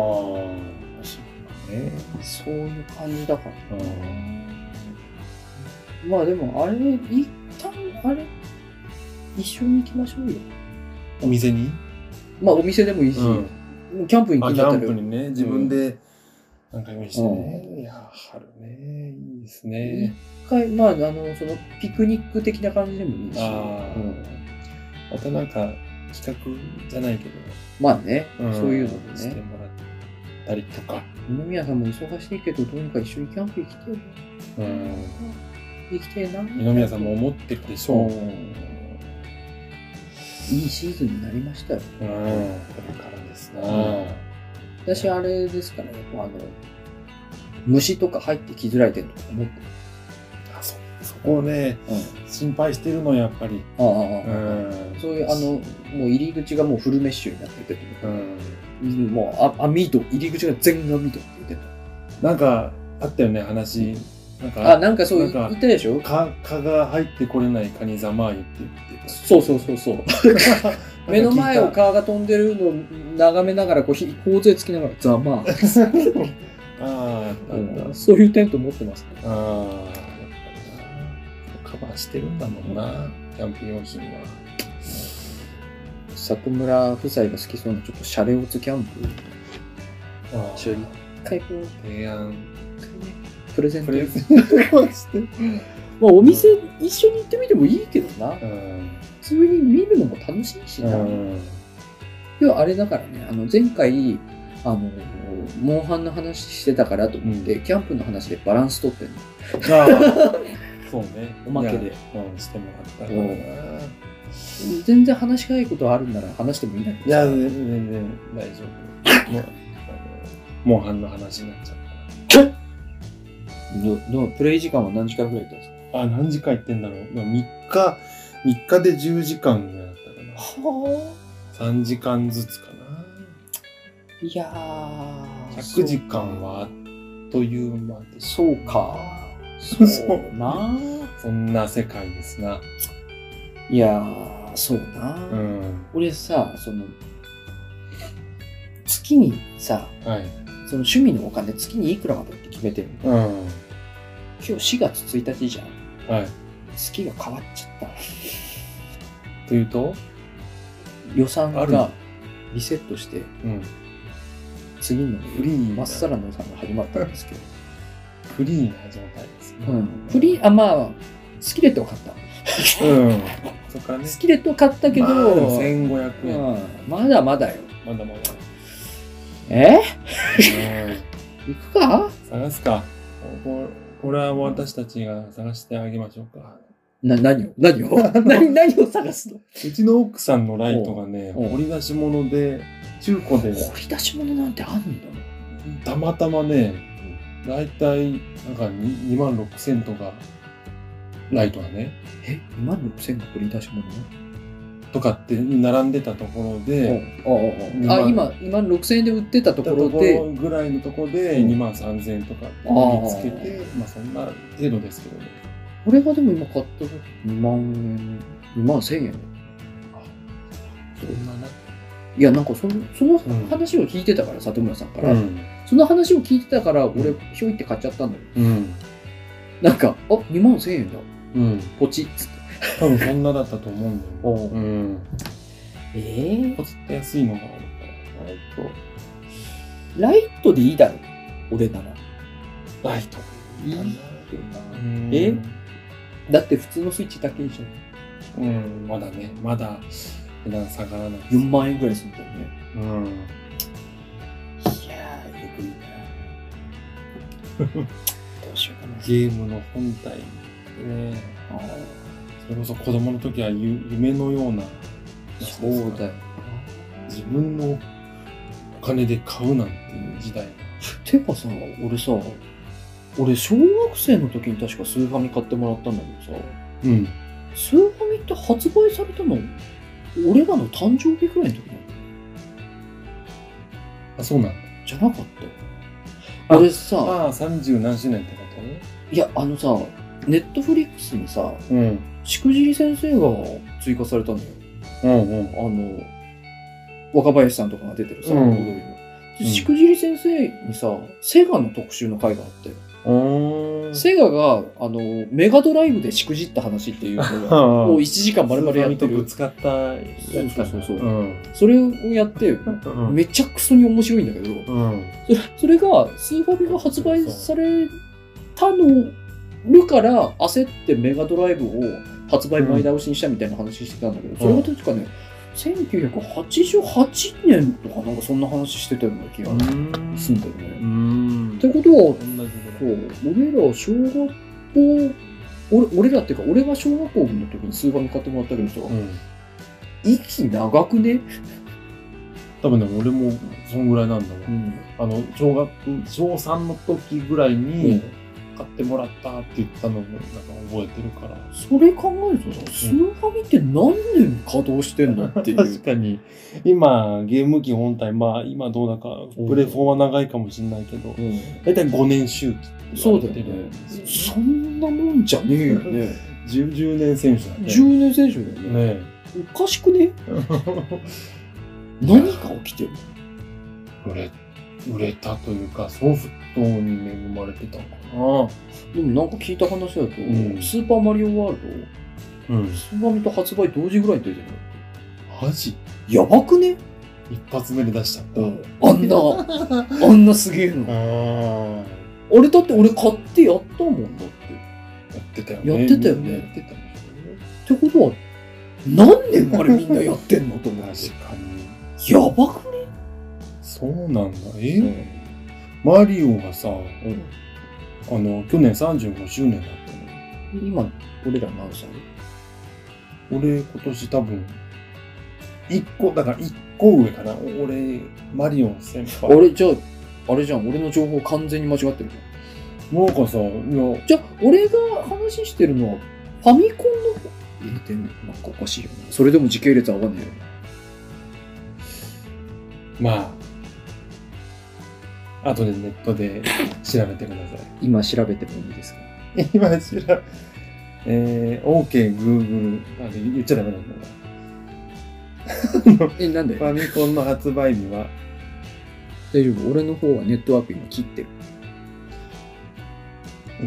そういう感じだから。うんまあでも、あれ、一旦、あれ、一緒に行きましょうよ。お店に、まあお店でもいいし、うんキャンプに行あくんキだャったンらプ、にね、自分で、なんか用意してね。いや、春ね、いいです一ね。回、まあ、あの、その、ピクニック的な感じでもいいし、ああ、うんまたなんか、企画じゃないけまあね、ど、んそういうのでしてね。もらったりとか。二宮さんも忙しいけど、どうにか一緒にキャンプ行きてよ。うん。行きてえな。二宮さんも思ってるでしょう。いいシーズンになりましたよ。うん。これからですな。私、あれですからね、もうあの、虫とか入ってきづらい点とか思ってる。あそ、そこをね、心配してるの、やっぱり。うん。ああ、んそういう、あの、もう入り口がもうフルメッシュになってて、うん。もうあ網戸、入り口が全網戸って言ってるなんか、あったよね、話。なんあ、か、なんかそういなんか言ったでしょ蚊蚊が入ってこれないカニざまあゆって言ってた。そうそうそうそう。 目の前を川が飛んでるのを眺めながら、こう、ひ頬杖つきながら、ざまあ、ああ、なんだ。そういうテント持ってますね。ああ、やっぱりな。カバーしてるんだもんな、キャンプ用品は。里村夫妻が好きそうな、ちょっとシャレオツキャンプ。あ一緒に開放、提案。プレゼンプト。レゼントして。まあ、お店一緒に行ってみてもいいけどな。うん。普通に見るのも楽しいし な。うん。要はあれだからね、あの前回、あの、モンハンの話してたからと思って、キャンプの話でバランス取ってんの。じゃあ、そうね。おまけいでや。うん、してもらったらな。全然話したいことあるんなら話してもいいんだけいど。や、全全然大丈夫。もう、あのモンハンの話になっちゃったどどうプレイ時間は何時間ぐらいだったんですかな。あ、何時間行ってんだろう。でも3日、3日で10時間ぐらいだったかな。は3時間ずつかな。あ。いやー。 100時間はあっという間でしそうか。そうそうな。たそんな世界ですな。いやー、そうな。うん。俺さ、その、月にさ、はい。その趣味のお金月にいくらまでって決めてるのうん。今日4月1日じゃん。はい。月が変わっちゃった。というと予算あるがリセットして、うん。次のフリーまっな、さらの予算が始まったんですけど。フリーな状態ですね。うん。フリー、あ、まあ、スキレットを買った。 うん。そっからね。スキレットを買ったけど、まあでもうん1500円。まだまだよ。まだまだ。えうん行くか探すか。こ これは私たちが探してあげましょうか。な、何を 何を何、何を探すのうちの奥さんのライトがね、おうおう掘り出し物で、中古で、掘り出し物なんてあんのたまたまね、だいたいなんか2万6千とか、ライトがね、え今の6000の掘り出し物とかって並んでたところで、ああああ今、今6000円で売ってたととこころろで、ぐらいのところでうん2万3千とかってああ見つけて、まあそんな程度ですけどね。俺がでも今買った時2万円、2万1000そん円。なな。いや、なんかその、そのん話を聞いてたから、里村さんから。うん。その話を聞いてたから、俺、ひょいって買っちゃったんだよ。うん。なんか、あ、2万1000円だ。うん。ポチッつって。多分そんなだったと思うんだよね。うん。ええポツって安いのがあるから、ライライトでいいだろ俺ならト。ライト。いいよなえだって普通のスイッチだけでしょうん、まだね、まだ値段下がらない。 4万円ぐらいするんだよねうん。いやーよくいいなどうしようかなゲームの本体、ね、あーそれこそ子供の時はゆ夢のような。そうだよ自分のお金で買うなんていう時代が。てかさ俺さ俺小学生の時に確かスーファミ買ってもらったんだけどさうん。スーファミって発売されたの俺らの誕生日ぐらいの時なのあ、そうなんだ。じゃなかっあた俺さああ、三十何周年ってこいやあのさネットフリックスにさとうん。しくじり先生が追加されたのよ。うんうん。あの、若林さんとかが出てるさ、うん踊りの。でしくじり先生にさ、セガの特集の回があって、うん。セガが、あの、メガドライブでしくじった話っていう のが、もう1時間丸々やってスーパーミとぶる。つかったやつだなそうそうそうそううん。それをやって、うんめちゃくそに面白いんだけど、うん。それそれが、スーファミが発売されたのるから、焦ってメガドライブを発売前倒しにしたみたいな話してたんだけど、それが確かね、1988年とかなんかそんな話してたような気がするんだようね。ん。ってことは、同じことそう俺ら小学校、俺俺らっていうか、俺が小学校の時にスーファミ買ってもらったけどさ、うん。息長くね、多分ね、俺もそんぐらいなんだわ。ん、あの、小学、小3の時ぐらいに買ってもらったって言ったのもなんか覚えてるから。それ考えるとさ、スーファミって何年稼働してんのっていう確。かに、今、ゲーム機本体、まあ今どうだか、プレフォーは長いかもしれないけど、だいたい5年周期って言そわうだれよてるねんです。よそんなもんじゃねえよね。 10, 10年選手だね。 10年選手だよね。ねおかしくねえ何が起きてる 売れ、売れたというか、ソフトに恵まれてたのかでもなんか聞いた話だと、んスーパーマリオワールな。うド、ん。スーファミと発売同時ぐらいに出てるマジやばくね、一発目で出しちゃった。あ んな、あんなすげえの。ああれだって俺買ってやったもんだって。あ。やってたよね。やってたよねみんなやってたんでしょうねってことは、何年あれみんなやってんのと思って。確かに。 やばくねそうなんだ。え、マリオがさ、うんあの、去年35周年だったの。今、俺ら何歳俺、今年多分、一個、だから一個上かな。俺、マリオの先輩。俺、じゃあ、あれじゃん、俺の情報完全に間違ってる。なんかさ、いや、じゃあ、俺が話してるのは、ファミコンの方。え、でも、なんかおかしいよね。それでも時系列合わねえよね。まあ、後でネットで調べてくださ今調べてもいいですかい。 今調べ、えー、OK、Google、あれ言っちゃダメなんだな。え、なんでファミコンの発売日は、大丈夫。俺の方はネットワーク今切ってる。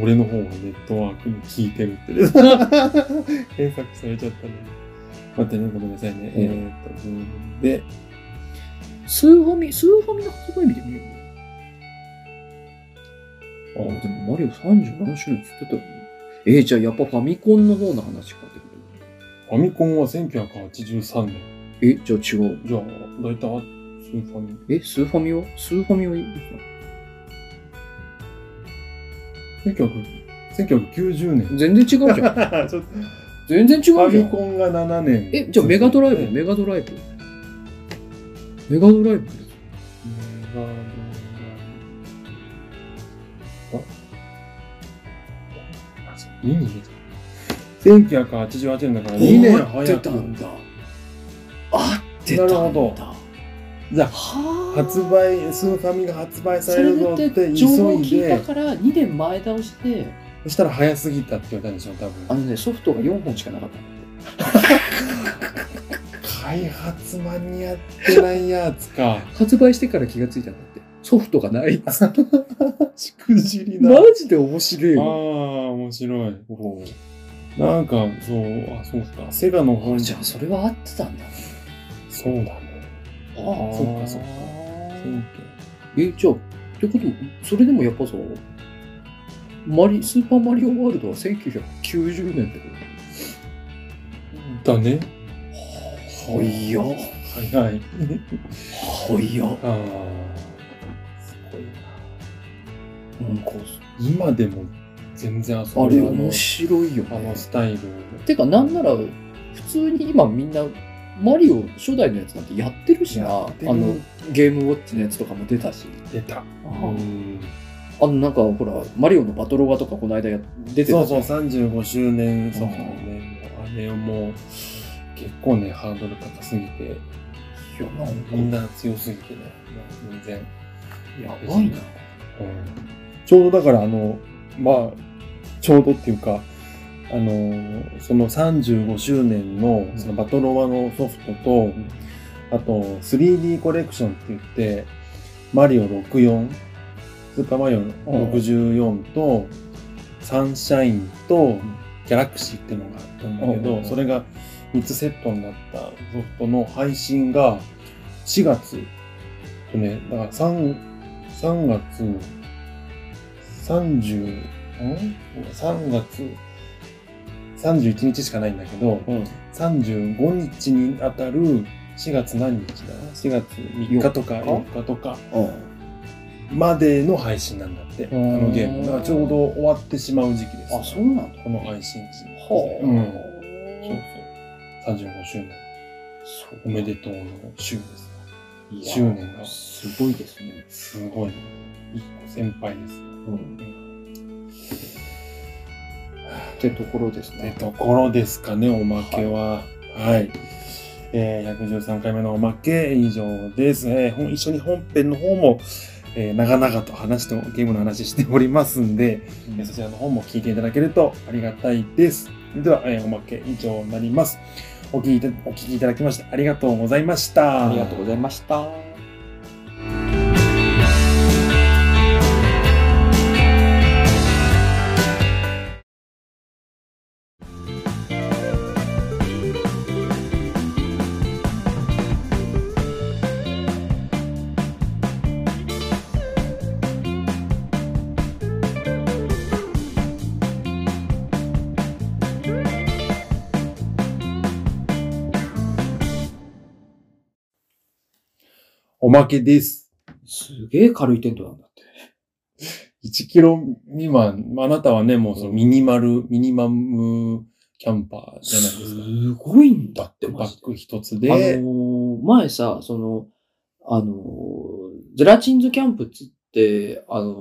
俺の方がネットワークに聞いてる って。検索されちゃったね。待ってね、ごめんなさいね。うえんーっと、ズームで、スーファミ、スーファミの発売日で見ようよ。あ、でもマリオ30何種類っつってたよね。えーじゃあやっぱファミコンの方の話かってこファミコンは1983年。とえ、じゃあ違う。じゃあ、だいたい、スーファミ。え、スーファミはスーファミはいく1900 1990年。 の全然違うじゃん。ちょっと全然違うじファゃミん。コンが7年。え、じゃあメガドライブ、メメガドライブ。メガドラガドライブイブ。ああそうミニ1988年だから2年合っ早てくたんだ。合ってたんだ。なるほどじゃあはあ。発売、スーファミが発売さそれれるぞってで急情報い聞いたで、から2年前倒して、そしたら早すぎたって言われたんでしょ、多あ分。のね、ソフトが4本しかなかったの。開発間に合ってないやつか。 発売してから気がついたんだって。ソフトがない。しくじりだ。あマジで面白いあー、よ。面白い。なんか、そう、あ、そうか。セガのあ本じゃあそれは合ってたんだね。そうだね。ああそっかそっかえ、じゃあ、ってことも、それでもやっぱさ、マリ、スーパーマリオワールドは1990年ってこだね。とはいや、早い。はいや。ああ。すごいな。なんか、今でも全然遊あべれる。面白いよあのあねの。スタイル。てか、なんなら、普通に今みんな、マリオ初代のやつなんてやってるしな。やあってるの、ゲームウォッチのやつとかも出たし。出た。あん。の、なんかほら、マリオのバトロワとかこの間や出てそうたそじう、ゃん。 35周年ソフトね、もうあれをもう、結構ね、ハードル高すぎて、いやなんかみんな強すぎてね、もう全然。やばいな。うんちょうどだから、あの、まあ、ちょうどっていうか、あの、その35周年の、そのバトロワのソフトと、あと 3D コレクションって言って、マリオ64、スーパーマリオ64と、サンシャインと、ギャラクシーってのがあったんだけうんうんうど、んそれが3つセットになったソフトの配信が4月、とね、だから3、3月30、ん ?3 月31日しかないんだけど、うん。 35日にあたる4月何日だ ?4 月3日とか4 4日とかまでの配信なんだって、あのゲーム。だからちょうど終わってしまう時期です。あ、そうなんだ。この配信時。はあ。うん。そうそう。35周年。そうおめでとうの週です。いや周年がすごいですね。すごい。いい先輩です。ってところですってね。ところですかね、おまけは。はい。えー113回目のおまけ以上です。えーほん一緒に本編の方も、えー長々と話して、ゲームの話しておりますんで、えーそちらの方も聞いていただけるとありがたいです。それでは、えーおまけ以上になります。お聞きいたお聞きいただきましてありがとうございました。ありがとうございました。おまけです。すげえ軽いテントなんだって。 1キロ未満、あなたはね、もうそのミニマル、ミニマムキャンパーじゃないですか。すごいんだって、マバジッで。グ一つあので、ー前さ、その、あのーゼラチンズキャンプっつって、あの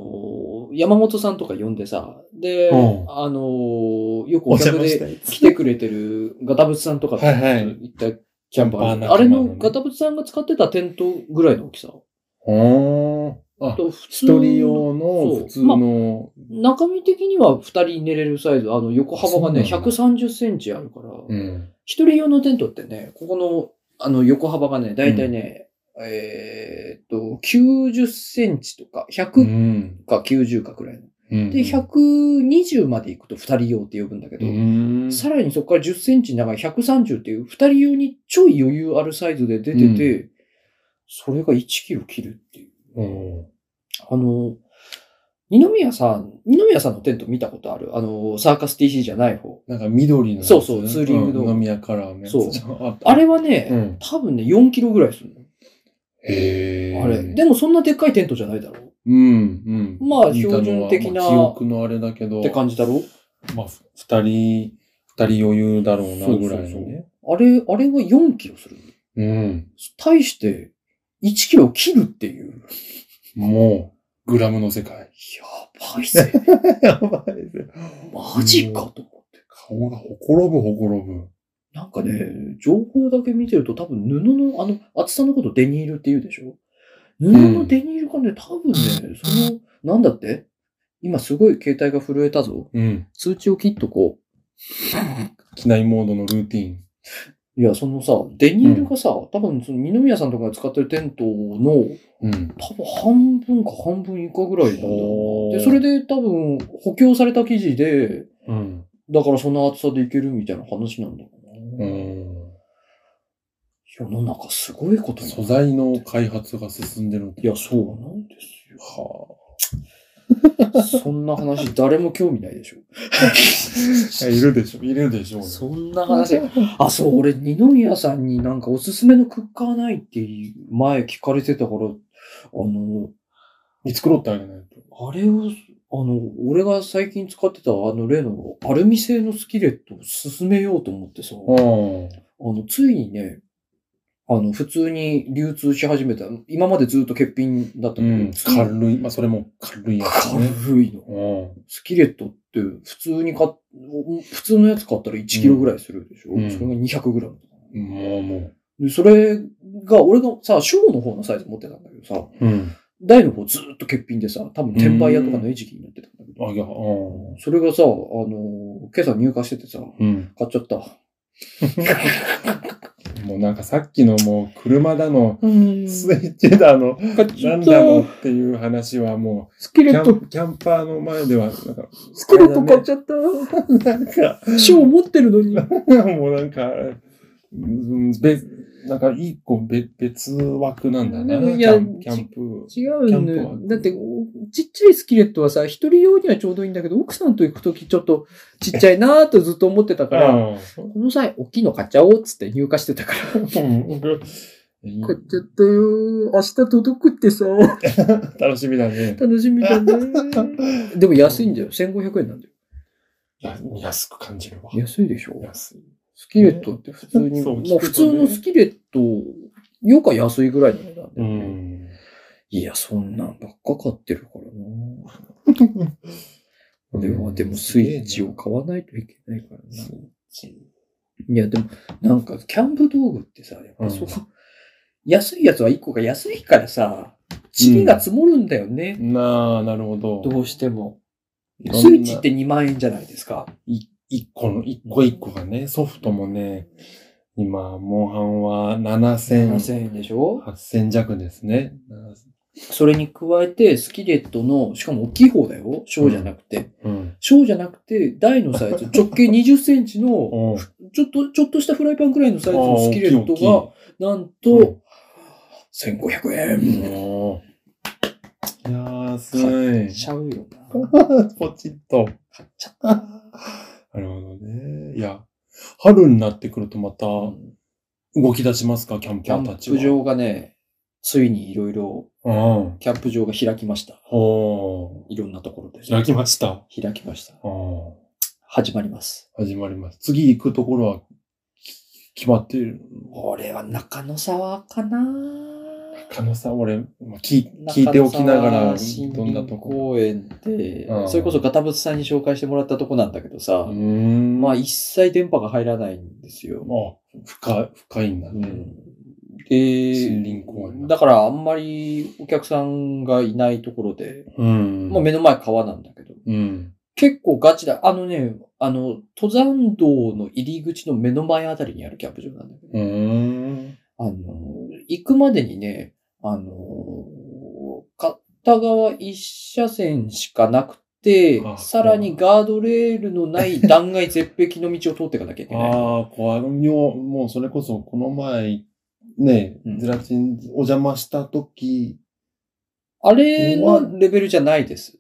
ー山本さんとか呼んでさ、で、うんあのーよくおお邪客魔しでたやつ来てくれてるガタブツさんとかとはいはい行ったキャンパキャンパー、ー仲間のねあれのガタブツさんが使ってたテントぐらいの大きさ。ほーん。あ、と普通一人用そのう普通の、中身的には二人寝れるサイズ、あの横幅がね、そうなんだ130センチあるから、うん。一人用のテントってね、ここの、あの、横幅がね、だいたいね、えーっと、90センチとか、う100ん。か90かくらいの。うんで、120まで行くと二人用って呼ぶんだけうど、ん。さらにそこから10センチ長い130っていう、二人用にちょい余裕あるサイズで出てて、それが1キロ切るっていう。うん。あの、二宮さん、二宮さんのテント見たことあるあの、サーカス TC じゃない方。なんか緑のやつ。そうそうツーリングのうん飲み屋カラーのやつ。そうあったあれはね、うん。多分ね、4キロぐらいするの。へーあれ。でもそんなでっかいテントじゃないだろうん、うん。まあ見たのは標準的なまあ記憶のあれだけうど。って感じだろまあ、二人、二人余裕だろうな、そうそうそうぐらいのね。あれ、あれは4キロする。うん。対して、1キロ切るっていう。もう、グラムの世界。 やばいぜ。 やばいですよ。マジかと思って。顔がほころぶほころぶ。なんかね、情報だけ見てると多分布の、あの、厚さのことデニールって言うでしょ布のデニールがね、多 分ね、その、なんだって今すごい携帯が震えたぞ。うん。通知を切っとこ機内モードのルーティン。う。いや、そのさ、デニールがさ、多分その二宮さんとかが使ってるテントの、うん。多分半分か半分以下ぐらいなんだよほーな。で、それで多分補強された記事で、うん。だからその厚さでいけるみたいな話なんだような。ん。世の中すごいことにな素る材の開発が進んでる。いや、そうなんですはよ。そんな話誰も興味な いでしょ。あ。いるでしょ、いるでしょうね。そんな話。あ、そう、俺、二宮さんになんかおすすめのクッカーないって前聞かれてたから、あの、見繕ってあげないと。あれを、あの、俺が最近使ってたあの例のアルミ製のスキレットを勧めようと思ってさ、うん。あの、ついにね、あの、普通に流通し始めた。今までずっと欠品だったうのんに、。ついに軽い。まあ、それも軽いやつね。軽いの。うスキレットって普通に買っ、普通のやつ買ったら1キロぐらいするでしょ、うんそれが200グラム。ん。もう、もで、それが、俺がさ、小の方のサイズ持ってたんだけどさ、う。うん。大の方ずーっと欠品でさ、多分転売屋とかの餌食になってたんだけど、あ、いや、うん。それがさ、あのー今朝入荷しててさ、うん。買っちゃった。もうなんかさっきのもう車だの、うんスイッチだの、なんかちなょんっだのと、っていう話はもスキう、キレャット、ンキャンパーの前では、なんか、スキレット買っちゃっなた。んか、賞持ってるの に。もうなんか、うん別、なんかいい子別、別枠なんだな。でもいキやャンキャンプ。違うキャンプはのよ。だって、おちっちゃいスキレットはさ、一人用にはちょうどいいんだけど、奥さんと行くときちょっとちっちゃいなーとずっと思ってたから、この際大きいの買っちゃおうっつって入荷してたから。うん買っちゃったよー。明日届くってさ、楽しみだね。楽しみだ ねー。でも安いんだよ。1500円なんだよ。や安く感じるわ。安いでしょ安い。スキレットって普通に、そうま聞あくとね普通のスキレットよか安いぐらいの値段だうよね。ん。いや、そんなんばっか買ってるからな。これはでもスイッチを買わないといけないからな。いや、でも、なんか、キャンプ道具ってさ、やっぱそう、うん安いやつは1個が安いからさ、チリが積もるんだよね、なあ、なるほど。どうしても。いろんなスイッチって2万円じゃないですか。い一個の、一個一個がね、ソフトもね、今、モンハンは7000、 7000円でしょ8000弱ですね。それに加えて、スキレットの、しかも大きい方だよ。小じゃなくて。うん。小じゃなくて、台のサイズ、 直径20センチの、おうちょっと、ちょっとしたフライパンくらいのサイズのスキレットあーが、なんと、1500円。おう安い。ちゃうよな。ポチッと。買っちゃっなるほどね。いや、春になってくるとまたた。動き出しますか、キャンキパャーたンちは。プ場がね、ついにいろいろ、うん。キャンプ場が開きました。おいろんなところで。ー開きました。開きました。うん始まります。始まります。次行くところはき決まっている。俺は中野沢かな可能性、俺、まあ聞い 聞いておきながら、どんなとこ。公園ってう、んそれこそガタブツさんに紹介してもらったとこなんだけどうーさ、ん。ままああ、一切電波が入らないんですよ。深い、深いんだうね。んで、森林公園だからあんまりお客さんがいないところで、うん。まあ目の前川なんだけど、うん。結構ガチだ。あのね、あの、登山道の入り口の目の前あたりにあるキャンプ場なんだけど、うーん。あの、行くまでにね、あの、片側一車線しかなくてあ、さらにガードレールのない断崖絶壁の道を通っていかなきゃいけなああ、い。こう、もう、もうそれこそ、この前、ね、うんゼラチン、お邪魔した時、あれのレベルじゃないです。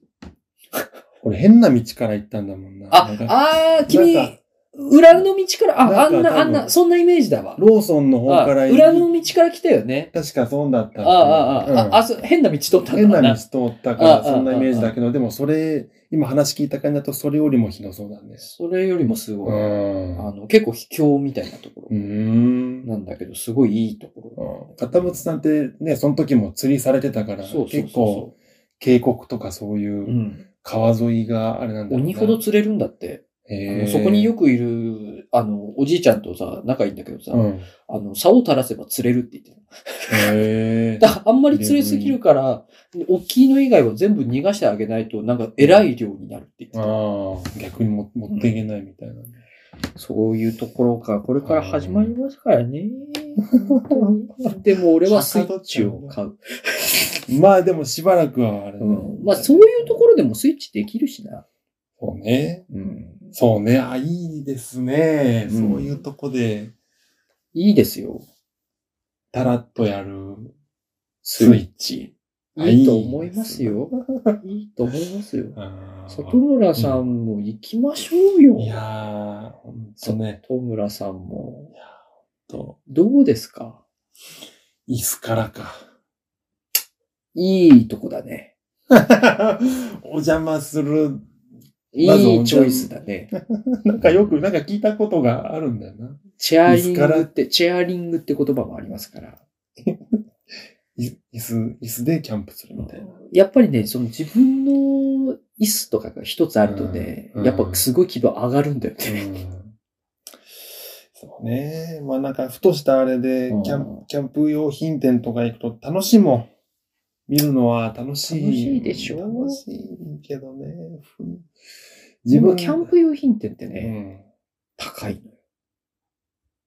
俺変な道から行ったんだもんな。あなん、かあー、君なんか、裏の道から、あ、なあんんか多な、分あんな、そんなイメージだわ。ローソンの方あから行裏の道から来たよね。確かそうだった。ああ、ああ、あうんあ、そう変な道通ったんだ変なな道通ったから、あそんなイメージだけど、でもそれ、今話聞いた感じだと、それよりもひどそうだね。それよりもすうごい。ん。あうの、結構秘境みたいなとこーろん。なんだけど、すごいいいところ。うん片渕さんってね、その時も釣りされてたから、そうそうそう結構、渓谷とかそうう。いうん川沿いがあれなんだろうな鬼ほど釣れるんだって。あのへーそこによくいる、あの、おじいちゃんとさ、仲いいんだけどさ、うん。あの、竿を垂らせば釣れるって言ってた。へえ。だからあんまり釣れすぎるから、大きいの以外は全部逃がしてあげないと、なんか偉い量になるって言ってた。ああ、逆にも持っていけないみたいな。そういうところがこれから始まりますからね。 でも俺はスイッチを買う。まあでもしばらくはあれだ、うん、まあそういうところでもスイッチできるしな。そうね。うん、そうね。あ、いいですね。うんそういうとこで、いいですよ。たらっとやる。スイッチ。あいいと思います。よ。いいと思いますよ。あー里村さんも行きましょうよ。いやー、ほんとね、里村さんも。と、どうですか椅子からか。 いいとこだね。お邪魔する。いまずおいチョイスだね。 なんかよく、なんか聞いたことがあるんだよな。チェアリングって、チェアリングって言葉もありますから。い椅子、椅子でキャンプするみたいな。やっぱりね、その自分の椅子とかが一つあるとね、うんやっぱすごい気分上がるんだようね。んそうね。まあなんか、ふとしたあれで、うんキャンプ、キャンプ用品店とか行くと楽しいもん。見るのは楽しい。楽しいでしょ楽しいけどね。ふん自分キャンプ用品店ってね、うん高いのよ。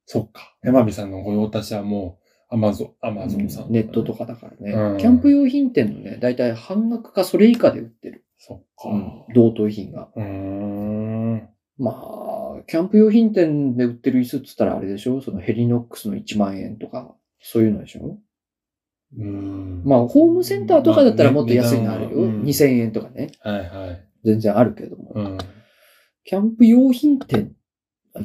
そっか。山火さんの御用達はもう、アマゾン、アマゾンさん、ネットと。かだからうね、んキャンプ用品店のね、だいたい半額かそれ以下で売ってる。そっうんか。同等品が。うーん。まあ、キャンプ用品店で売ってる椅子っつったらあれでしょそのヘリノックスの1万円とか、そういうのでしょうん。まあ、ホームセンターとかだったらもっと安いのあるよ。まあね値段はうん2000円とかね。はいはい。全然あるけども。うん。キャンプ用品店、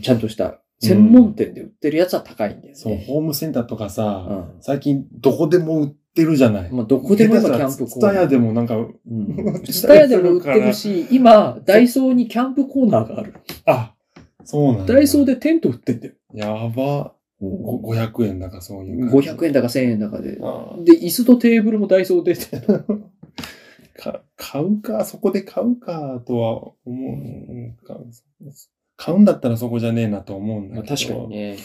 ちゃんとした専門店で売ってるやつは高いんだよそう、ね。ホームセンターとかさ、うん最近どこでも売ってるじゃない。まあ、どこでも今キャンプツタヤでもなんか、うん。スタヤでも売ってるし、今、ダイソーにキャンプコーナーがある。あ、そうなんだ。ダイソーでテント売ってんだよ。やば。ご500円なんかそういう感じ。 500円だか1000円だかで。あで、椅子とテーブルもダイソーで。 ーか買うか、そこで買うかとは思ううん。か買うんだったらそこじゃねえなと思うんだけど。ね。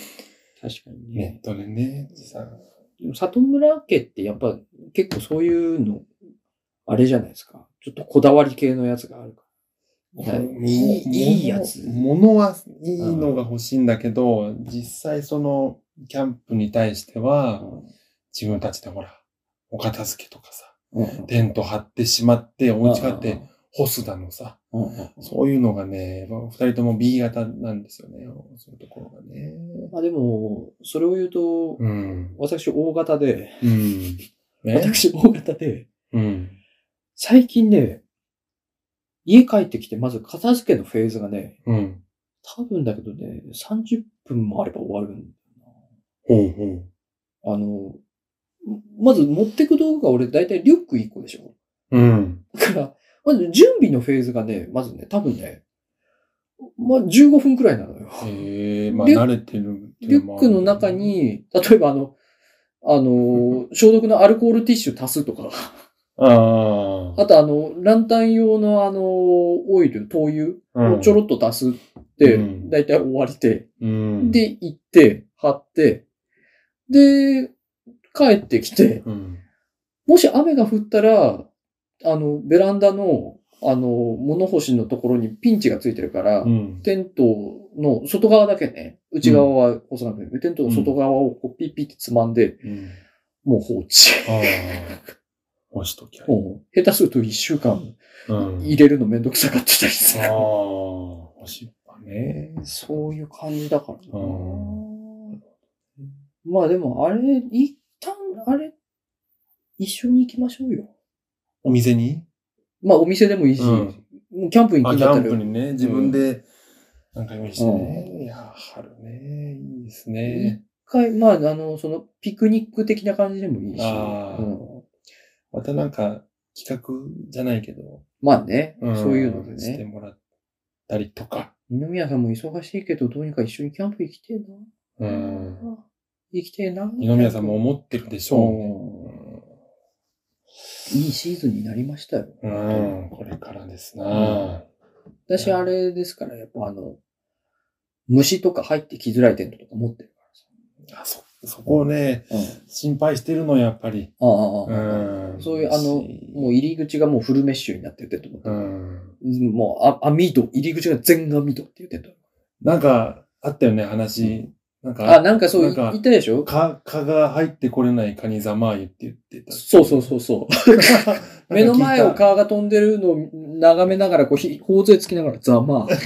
確かにネットでね、さでも里村家ってやっぱ結構そういうの、あれじゃないですか。ちょっとこだわり系のやつがあるかはいいいもいいやつものはいいのが欲しいんだけど、実際そのキャンプに対してら。は、自分たちでほら、お片付けとかさ、うんテント張ってしまって、お家買って、、ホスだのさ、うんうんうんそういうのがね、まあ二人とも B 型なんですよね、そういうところがね。まあでも、それを言うと、うん。私、大型で、うん。ね私、大型で、うん。最近ね、家帰ってきて、まず片付けのフェーズがね、うん。多分だけどね、30分もあれば終わるんほうほう。あの、まず持ってく道具が俺大体リュック1個でしょうん。だから、まず準備のフェーズがね、まずね、多分ね、まあ、15分くらいなのよ。ええまあリュ慣れてるっていリュうのもあるックよねの中、に、例えばあの、あの、 消毒のアルコールティッシュ足すとか、ああとあの、ランタン用のあの、オイル、灯油あ。をちょろっと足すってうん、大体終わりで、うん、で、行って、貼って、で、帰ってきて、うん。もし雨が降ったら、あの、ベランダの、あの、物干しのところにピンチがついてるから、うん。テントの外側だけね、内側は干さなくて、テントの外側をこうピッピッてつまんで、うん。もう放置。 ああ。押しときゃいい。もう下手すると一週間うん。入れるのめんどくさかってたりすある。あ。押しっぱね。そういう感じだからなうんまあでも、あれ、一旦、あれ、一緒に行きましょうよ。お店にまあお店でもいいし、うんもうキャンプに行あ、くんキだャったンらプ、にね、自分で、なんか用意してね。いや、春ね、いいです一ね。回、まあ、あの、その、ピクニック的な感じでもいいし。あーうんまたなんか、企画じゃないけど、まあね、んそういうのでしてね。もらったりとか。二宮さんも忙しいけど、どうにか一緒にキャンプ行きてえな。うん。行きてえな。二宮さんも思ってるでしょいいシーズンになりましたよ。うね。うん。これからですな。私、あれですから、やっぱあの、虫とか入ってきづらいテントとか持ってるあ、そ、そこをね、から心配してるの、やっぱり。さ。ああああああうん。そういう、あの、もう入り口がもうフルメッシュになってるテントとうか。ん。もう、あ、網戸、入り口が全網戸っていうテント。なんか、あったよね、話。なんあ、か、なんかそう、なん言っかたでしょか、蚊が入ってこれない蚊にざまあゆって言ってた。そうそうそうそう。 目の前を蚊。川が飛んでるのを眺めながら、こうひ、頬杖つきながら、ざまあ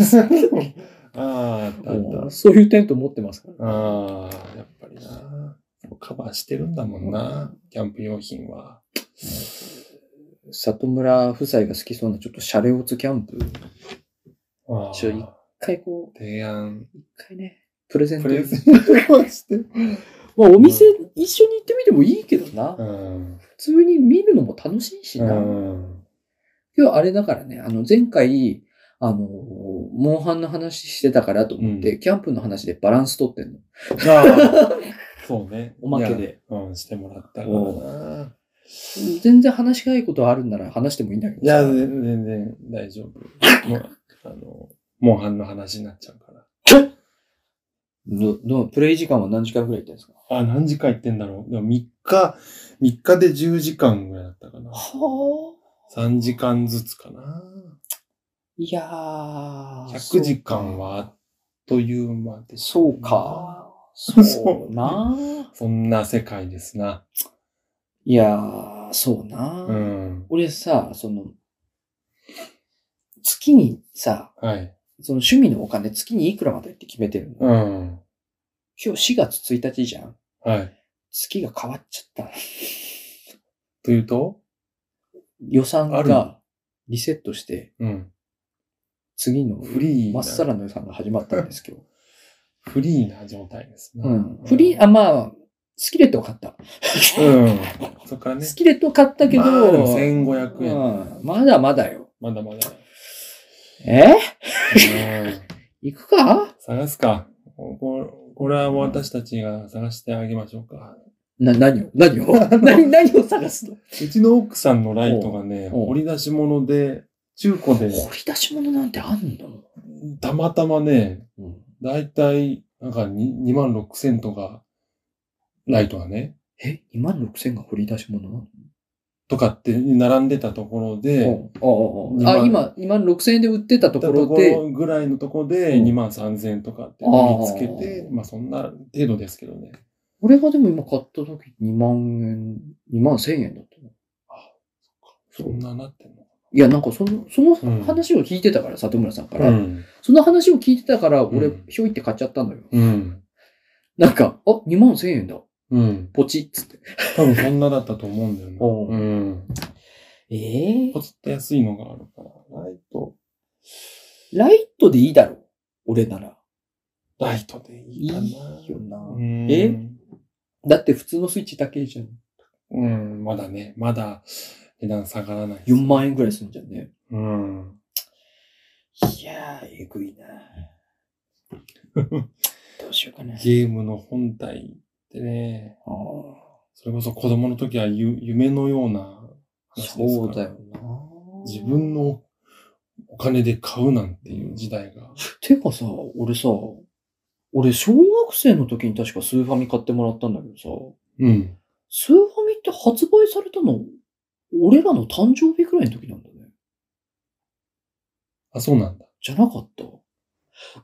ああ、あったあっそういうテント持ってますから。た。ああ、やっぱりな。カバーしてるんだもんな、キャンプ用品は。里村夫妻が好きそうな、ちょっとシャレオツキャンプ。一ああちょい回こ提案。う、一回ね、プレゼンプト。レゼントはして。 まあ、お店、一緒に行ってみてもいいけどな。うん。普通に見るのも楽しいしうな。 ん。今日あれだからね、あの、前回、あの、モンハンの話してたからと思って、キャンプの話でバランス取ってんの。ああ、そうね。おまけでいや。うん、してもらったからおな。全然話したいことあるんなら話してもいいんだけど。いや、全全然大丈夫。もう、あの、モンハンの話になっちゃうから。ど、どう、プレイ時間は何時間くらい行ったんですかあ、何時間行ってんだろう。でも3日、3日で10時間ぐらいだったかな。はあ。 3時間ずつかな。いやー。 100時間はあっという間でしたそうか。。そ うなあそんな世界ですな。いやー、そうなあ、うん。俺さ、その、月にさ、はい。その趣味のお金月にいくらまでって決めてるの。うん。今日4月1日じゃん。はい。月が変わっちゃった。というと予算あるがリセットして、うん。次のフリーまな。っさらの予算が始まったんですけど。フリーな状態ですね。うん。フリー、あ、まあ、スキレットを買った。うん。そっからねス。キレットを買ったけど、まあでも1500円うんまだまだよ。まだまだ。えうん行くか探すか。ここれは私たちが探してあげましょうか。な、何を何を 何、何を探すのうちの奥さんのライトがね、おうおう掘り出し物で、中古で、掘り出し物なんてあんのたまたまね、うん。だいたい、なんか2万6千とか、ライトがね、え ?2 万6千が掘り出し物なのとかって並んでたところで、うん二ああああ万あ、今、2万6千円で売ってたとところこで、ろぐらいのところでうん2万3千とかって見つけてあ、ーまあそんな程度ですけどね。俺がでも今買った時2万円、2万1000円だったの。そんななってんのいや、なんかその、そのうん話を聞いてたから、里村さんから。うん。その話を聞いてたから、俺、うんひょいって買っちゃったのよ。うん。なんか、あ、2万1000円だ。うん。ポチッつって。多分そんなだったと思うんだよね。おううん。ええポツッと安いのがあるから、ライト、ライトでいいだろう。俺なら。ライトでいいかな。いいよなうんえだって普通のスイッチだけじゃん。うん、まだね、まだ値段下がらない。 4万円ぐらいするんじゃんね。うん。いやー、えぐいなどうしよう かな。ゲームの本体ってね、あそれこそ子供の時はゆ夢のようなー話ですかそうらだよな自分のお金で買うなんていう時代が。てかさ、俺さ、俺小学生の時に確かスーファミ買ってもらったんだけどさ、うん。スーファミって発売されたの、俺らの誕生日ぐらいの時なんだね。あ、そうなんだ。じゃなかった。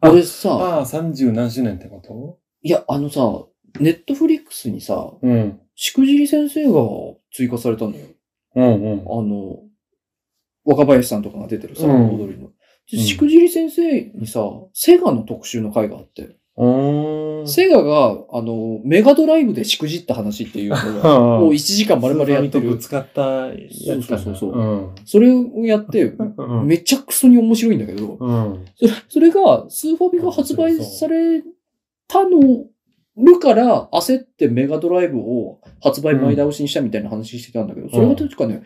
あ俺さ、ああ、三十何周年ってこといや、あのさ、ネットフリックスにさ、うん。しくじり先生が追加されたのよ。うんうん。あの、若林さんとかが出てるさ、うん踊りの。うんでしくじり先生にさ、セガの特集の回があって、うーん。セガが、あの、メガドライブでしくじった話っていうのが、もう1時間丸々やってスーファミとぶる。つかったやつかな。そうそうそううん。それをやって、うん。めちゃくそに面白いんだけど、うん。それそれが、スーファミが発売されたの、るから、焦ってメガドライブを発売前倒しにしたみたいな話してたんだけど、それが確かね、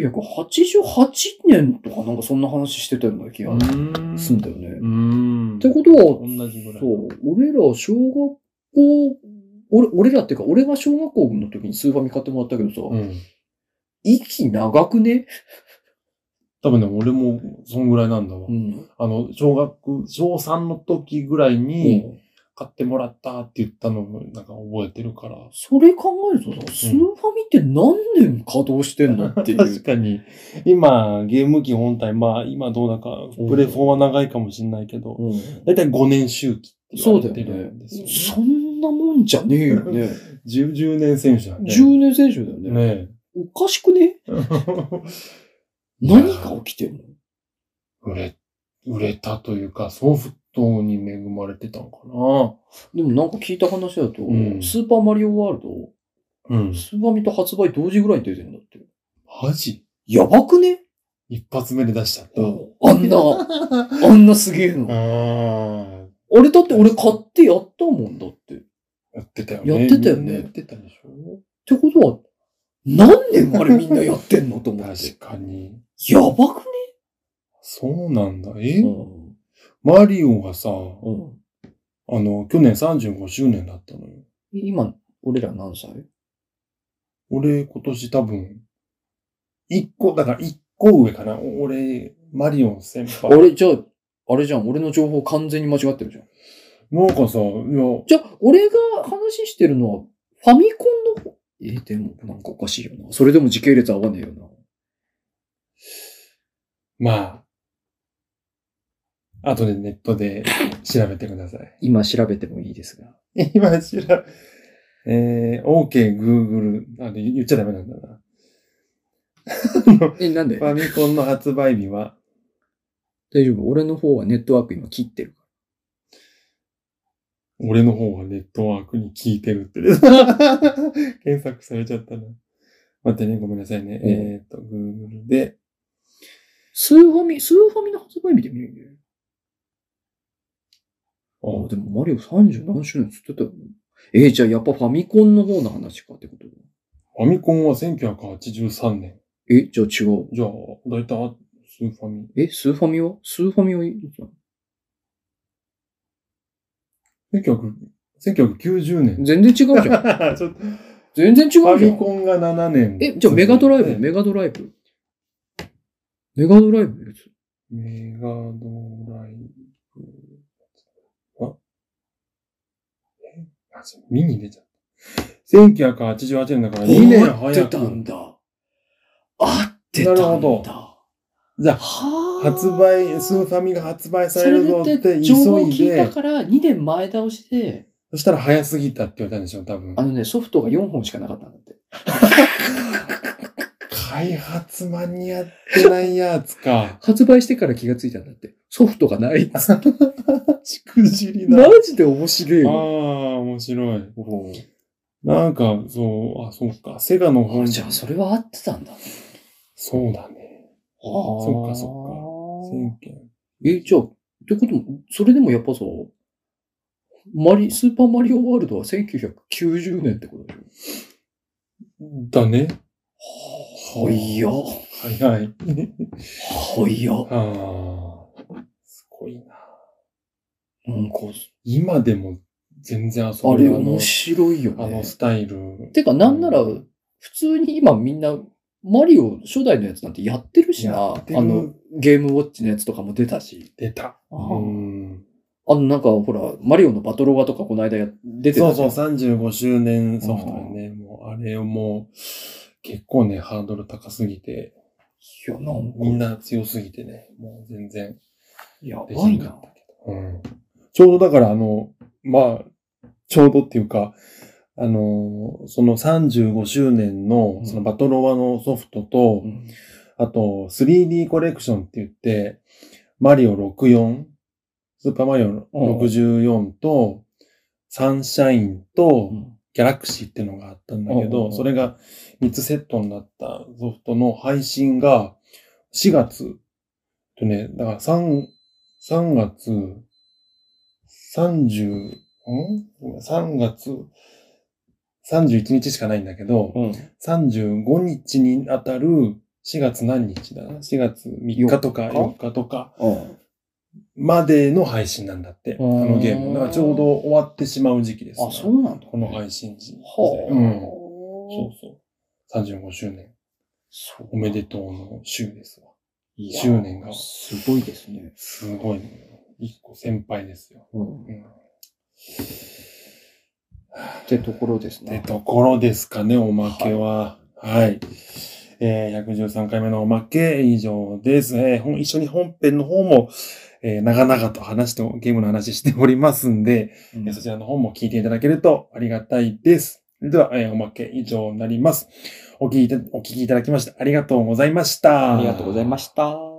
1988年とかなんかそんな話してたような気がすんだよね。うーん。ってことは、同じぐらい。そう、俺ら小学校、俺、俺らっていうか、俺が小学校の時にスーファミ買ってもらったけどさ、うん。息長くね多分ね、俺も、そんぐらいなんだわ。ん。あの、小学、小3の時ぐらいに、買ってもらったって言ったのも、なんか覚えてるから。それ考えるとさ、スーファミって何年稼働してんのってい確う。かに、今、ゲーム機本体、まあ、今どうだか、プレフォーは長いかもしれないけど、うんだいたい5年周期って言そわうだれよてるんねですよ、。ね。そんなもんじゃねえよ ね。 10, 10年選手だね。 10年選手だよね。ね おかしくねえ。何が起きてんの売れ、売れたというか、ソフトに恵まれてたのかでもなんか聞いた話だと、うんスーパーマリオワールド、なうんスーファミと発売同時ぐらいに出てんだって。マジやばくね一発目で出しちゃった。あ んな、あんなすげえの。あ俺だって俺買ってやったもんだって。っあ。やってたよね。ねやってたよみんねなやってたでしょてことは、何年あれみんなやってんのと思って確。かに。やばくねそうなんだ。え、ん。マリオがさ、うん。あの、去年35周年だったのよ。今、俺ら何歳俺、今年多分、一個、だから一個上かな。俺、マリオ先あ輩。れ、じゃあ、あれじゃん。俺の情報完全に間違ってるじゃん。なんかさ、いや、じゃあ、俺が話してるのは、ファミコンの方えー、でも、なんかおかしいよな。それでも時系列合わねえよな。まあ、後でネットで調べてください。今調べてもいいですが。 今調べ、えー、OK、Google、あの、言っちゃダメなんだな。え、なんでファミコンの発売日は、大丈夫俺の方はネットワーク今切ってるか俺の方はネットワークに聞いてる って。検索されちゃったな。待ってね、ごめんなさいね。うんえーっと、Google で、ら。スーファミ、スーファミの発売日で見るんだよ。ああ、でもマリオ30何周年っつってたよね。えーじゃあやっぱファミコンの方の話かってことファミコンは1983年。え、じゃあ違う。じゃあ、だいたいスーファミ。え、スーファミはスーファミはいつなの1900 1990年。全然違うじ ゃん。ちょっと全然違ファうじゃミん。コンが7年。え、じゃあメガドライブ、メメガドライブ。メガドライブいつ。メガドライブ。あえあ、そうミニ出ちゃった。1988年だから2年合っ早てく。たんだ。合ってたんだ。なるほじゃあ、はあ。発売、スーファミが発売されるぞそれってで急情報をい聞いでた、から2年前倒しで、そしたら早すぎたって言われたんでしょ、多分あ。のね、ソフトが4本しかなかったんだって。開発間に合ってないやつか 発売してから気がついたんだって。ソフトが ないっつって。しくじりマジで面白いああ、よ。面白い。なんか、そう、あ、そうか。セガのあ本じゃあ、それは合ってたんだ。ああ。そうだね。そっかそっか。え、じゃあ、ってことも、それでもやっぱさ、マリ、スーパーマリオワールドは1990年ってことでしだね。ほいよ。早い。ほいよ。ああ。すごいな。なんか、今でも全然遊べあれる面白いよあのね。スタイル。てか、なんなら、普通に今みんな、マリオ初代のやつなんてやってるしな。やあってるの、ゲームウォッチのやつとかも出たし。出た。あうん。の、なんかほら、マリオのバトロワとかこの間や出てそたうじそゃう、ん35周年ソフトだね。もう、あれをもう、結構ね、ハードル高すぎて、いや、なんかみんな強すぎてね、もう全然やでばきいなかなっ。たけど。うん。ちょうどだから、あの、まあ、ちょうどっていうか、あの、その35周年のう、んそのバトロワのソフトと、うんあと、3D コレクションって言って、マリオ64、スーパーマリオ64と、サンシャインと、うんギャラクシーってのがあったんだけうんうんうど、んそれが3つセットになったソフトの配信が4月、とね、だから3、3月30、ん ?3 月31日しかないんだけど、うん35日にあたる4月何日だな ?4 月3日とか4日とかまでの配信なんだって、あうんのゲーム。だからちょうど終わってしまう時期です、あ、そうなんだ。この配信時。はあ。うん。そうそう。35周年、そうおめでとうの週ですわ。いや周年が。すごいですね。すごい、ね。一個先輩ですよ。うん。うっん、てところですってね。ところですかね、おまけは。はい。えー、113回目のおまけ以上です。えーほん一緒に本編の方も、えー長々と話して、ゲームの話しておりますんで、うんえーそちらの方も聞いていただけるとありがたいです。それでは、えーおまけ以上になります。お聞きいたお聞きいただきましてありがとうございました。ありがとうございました。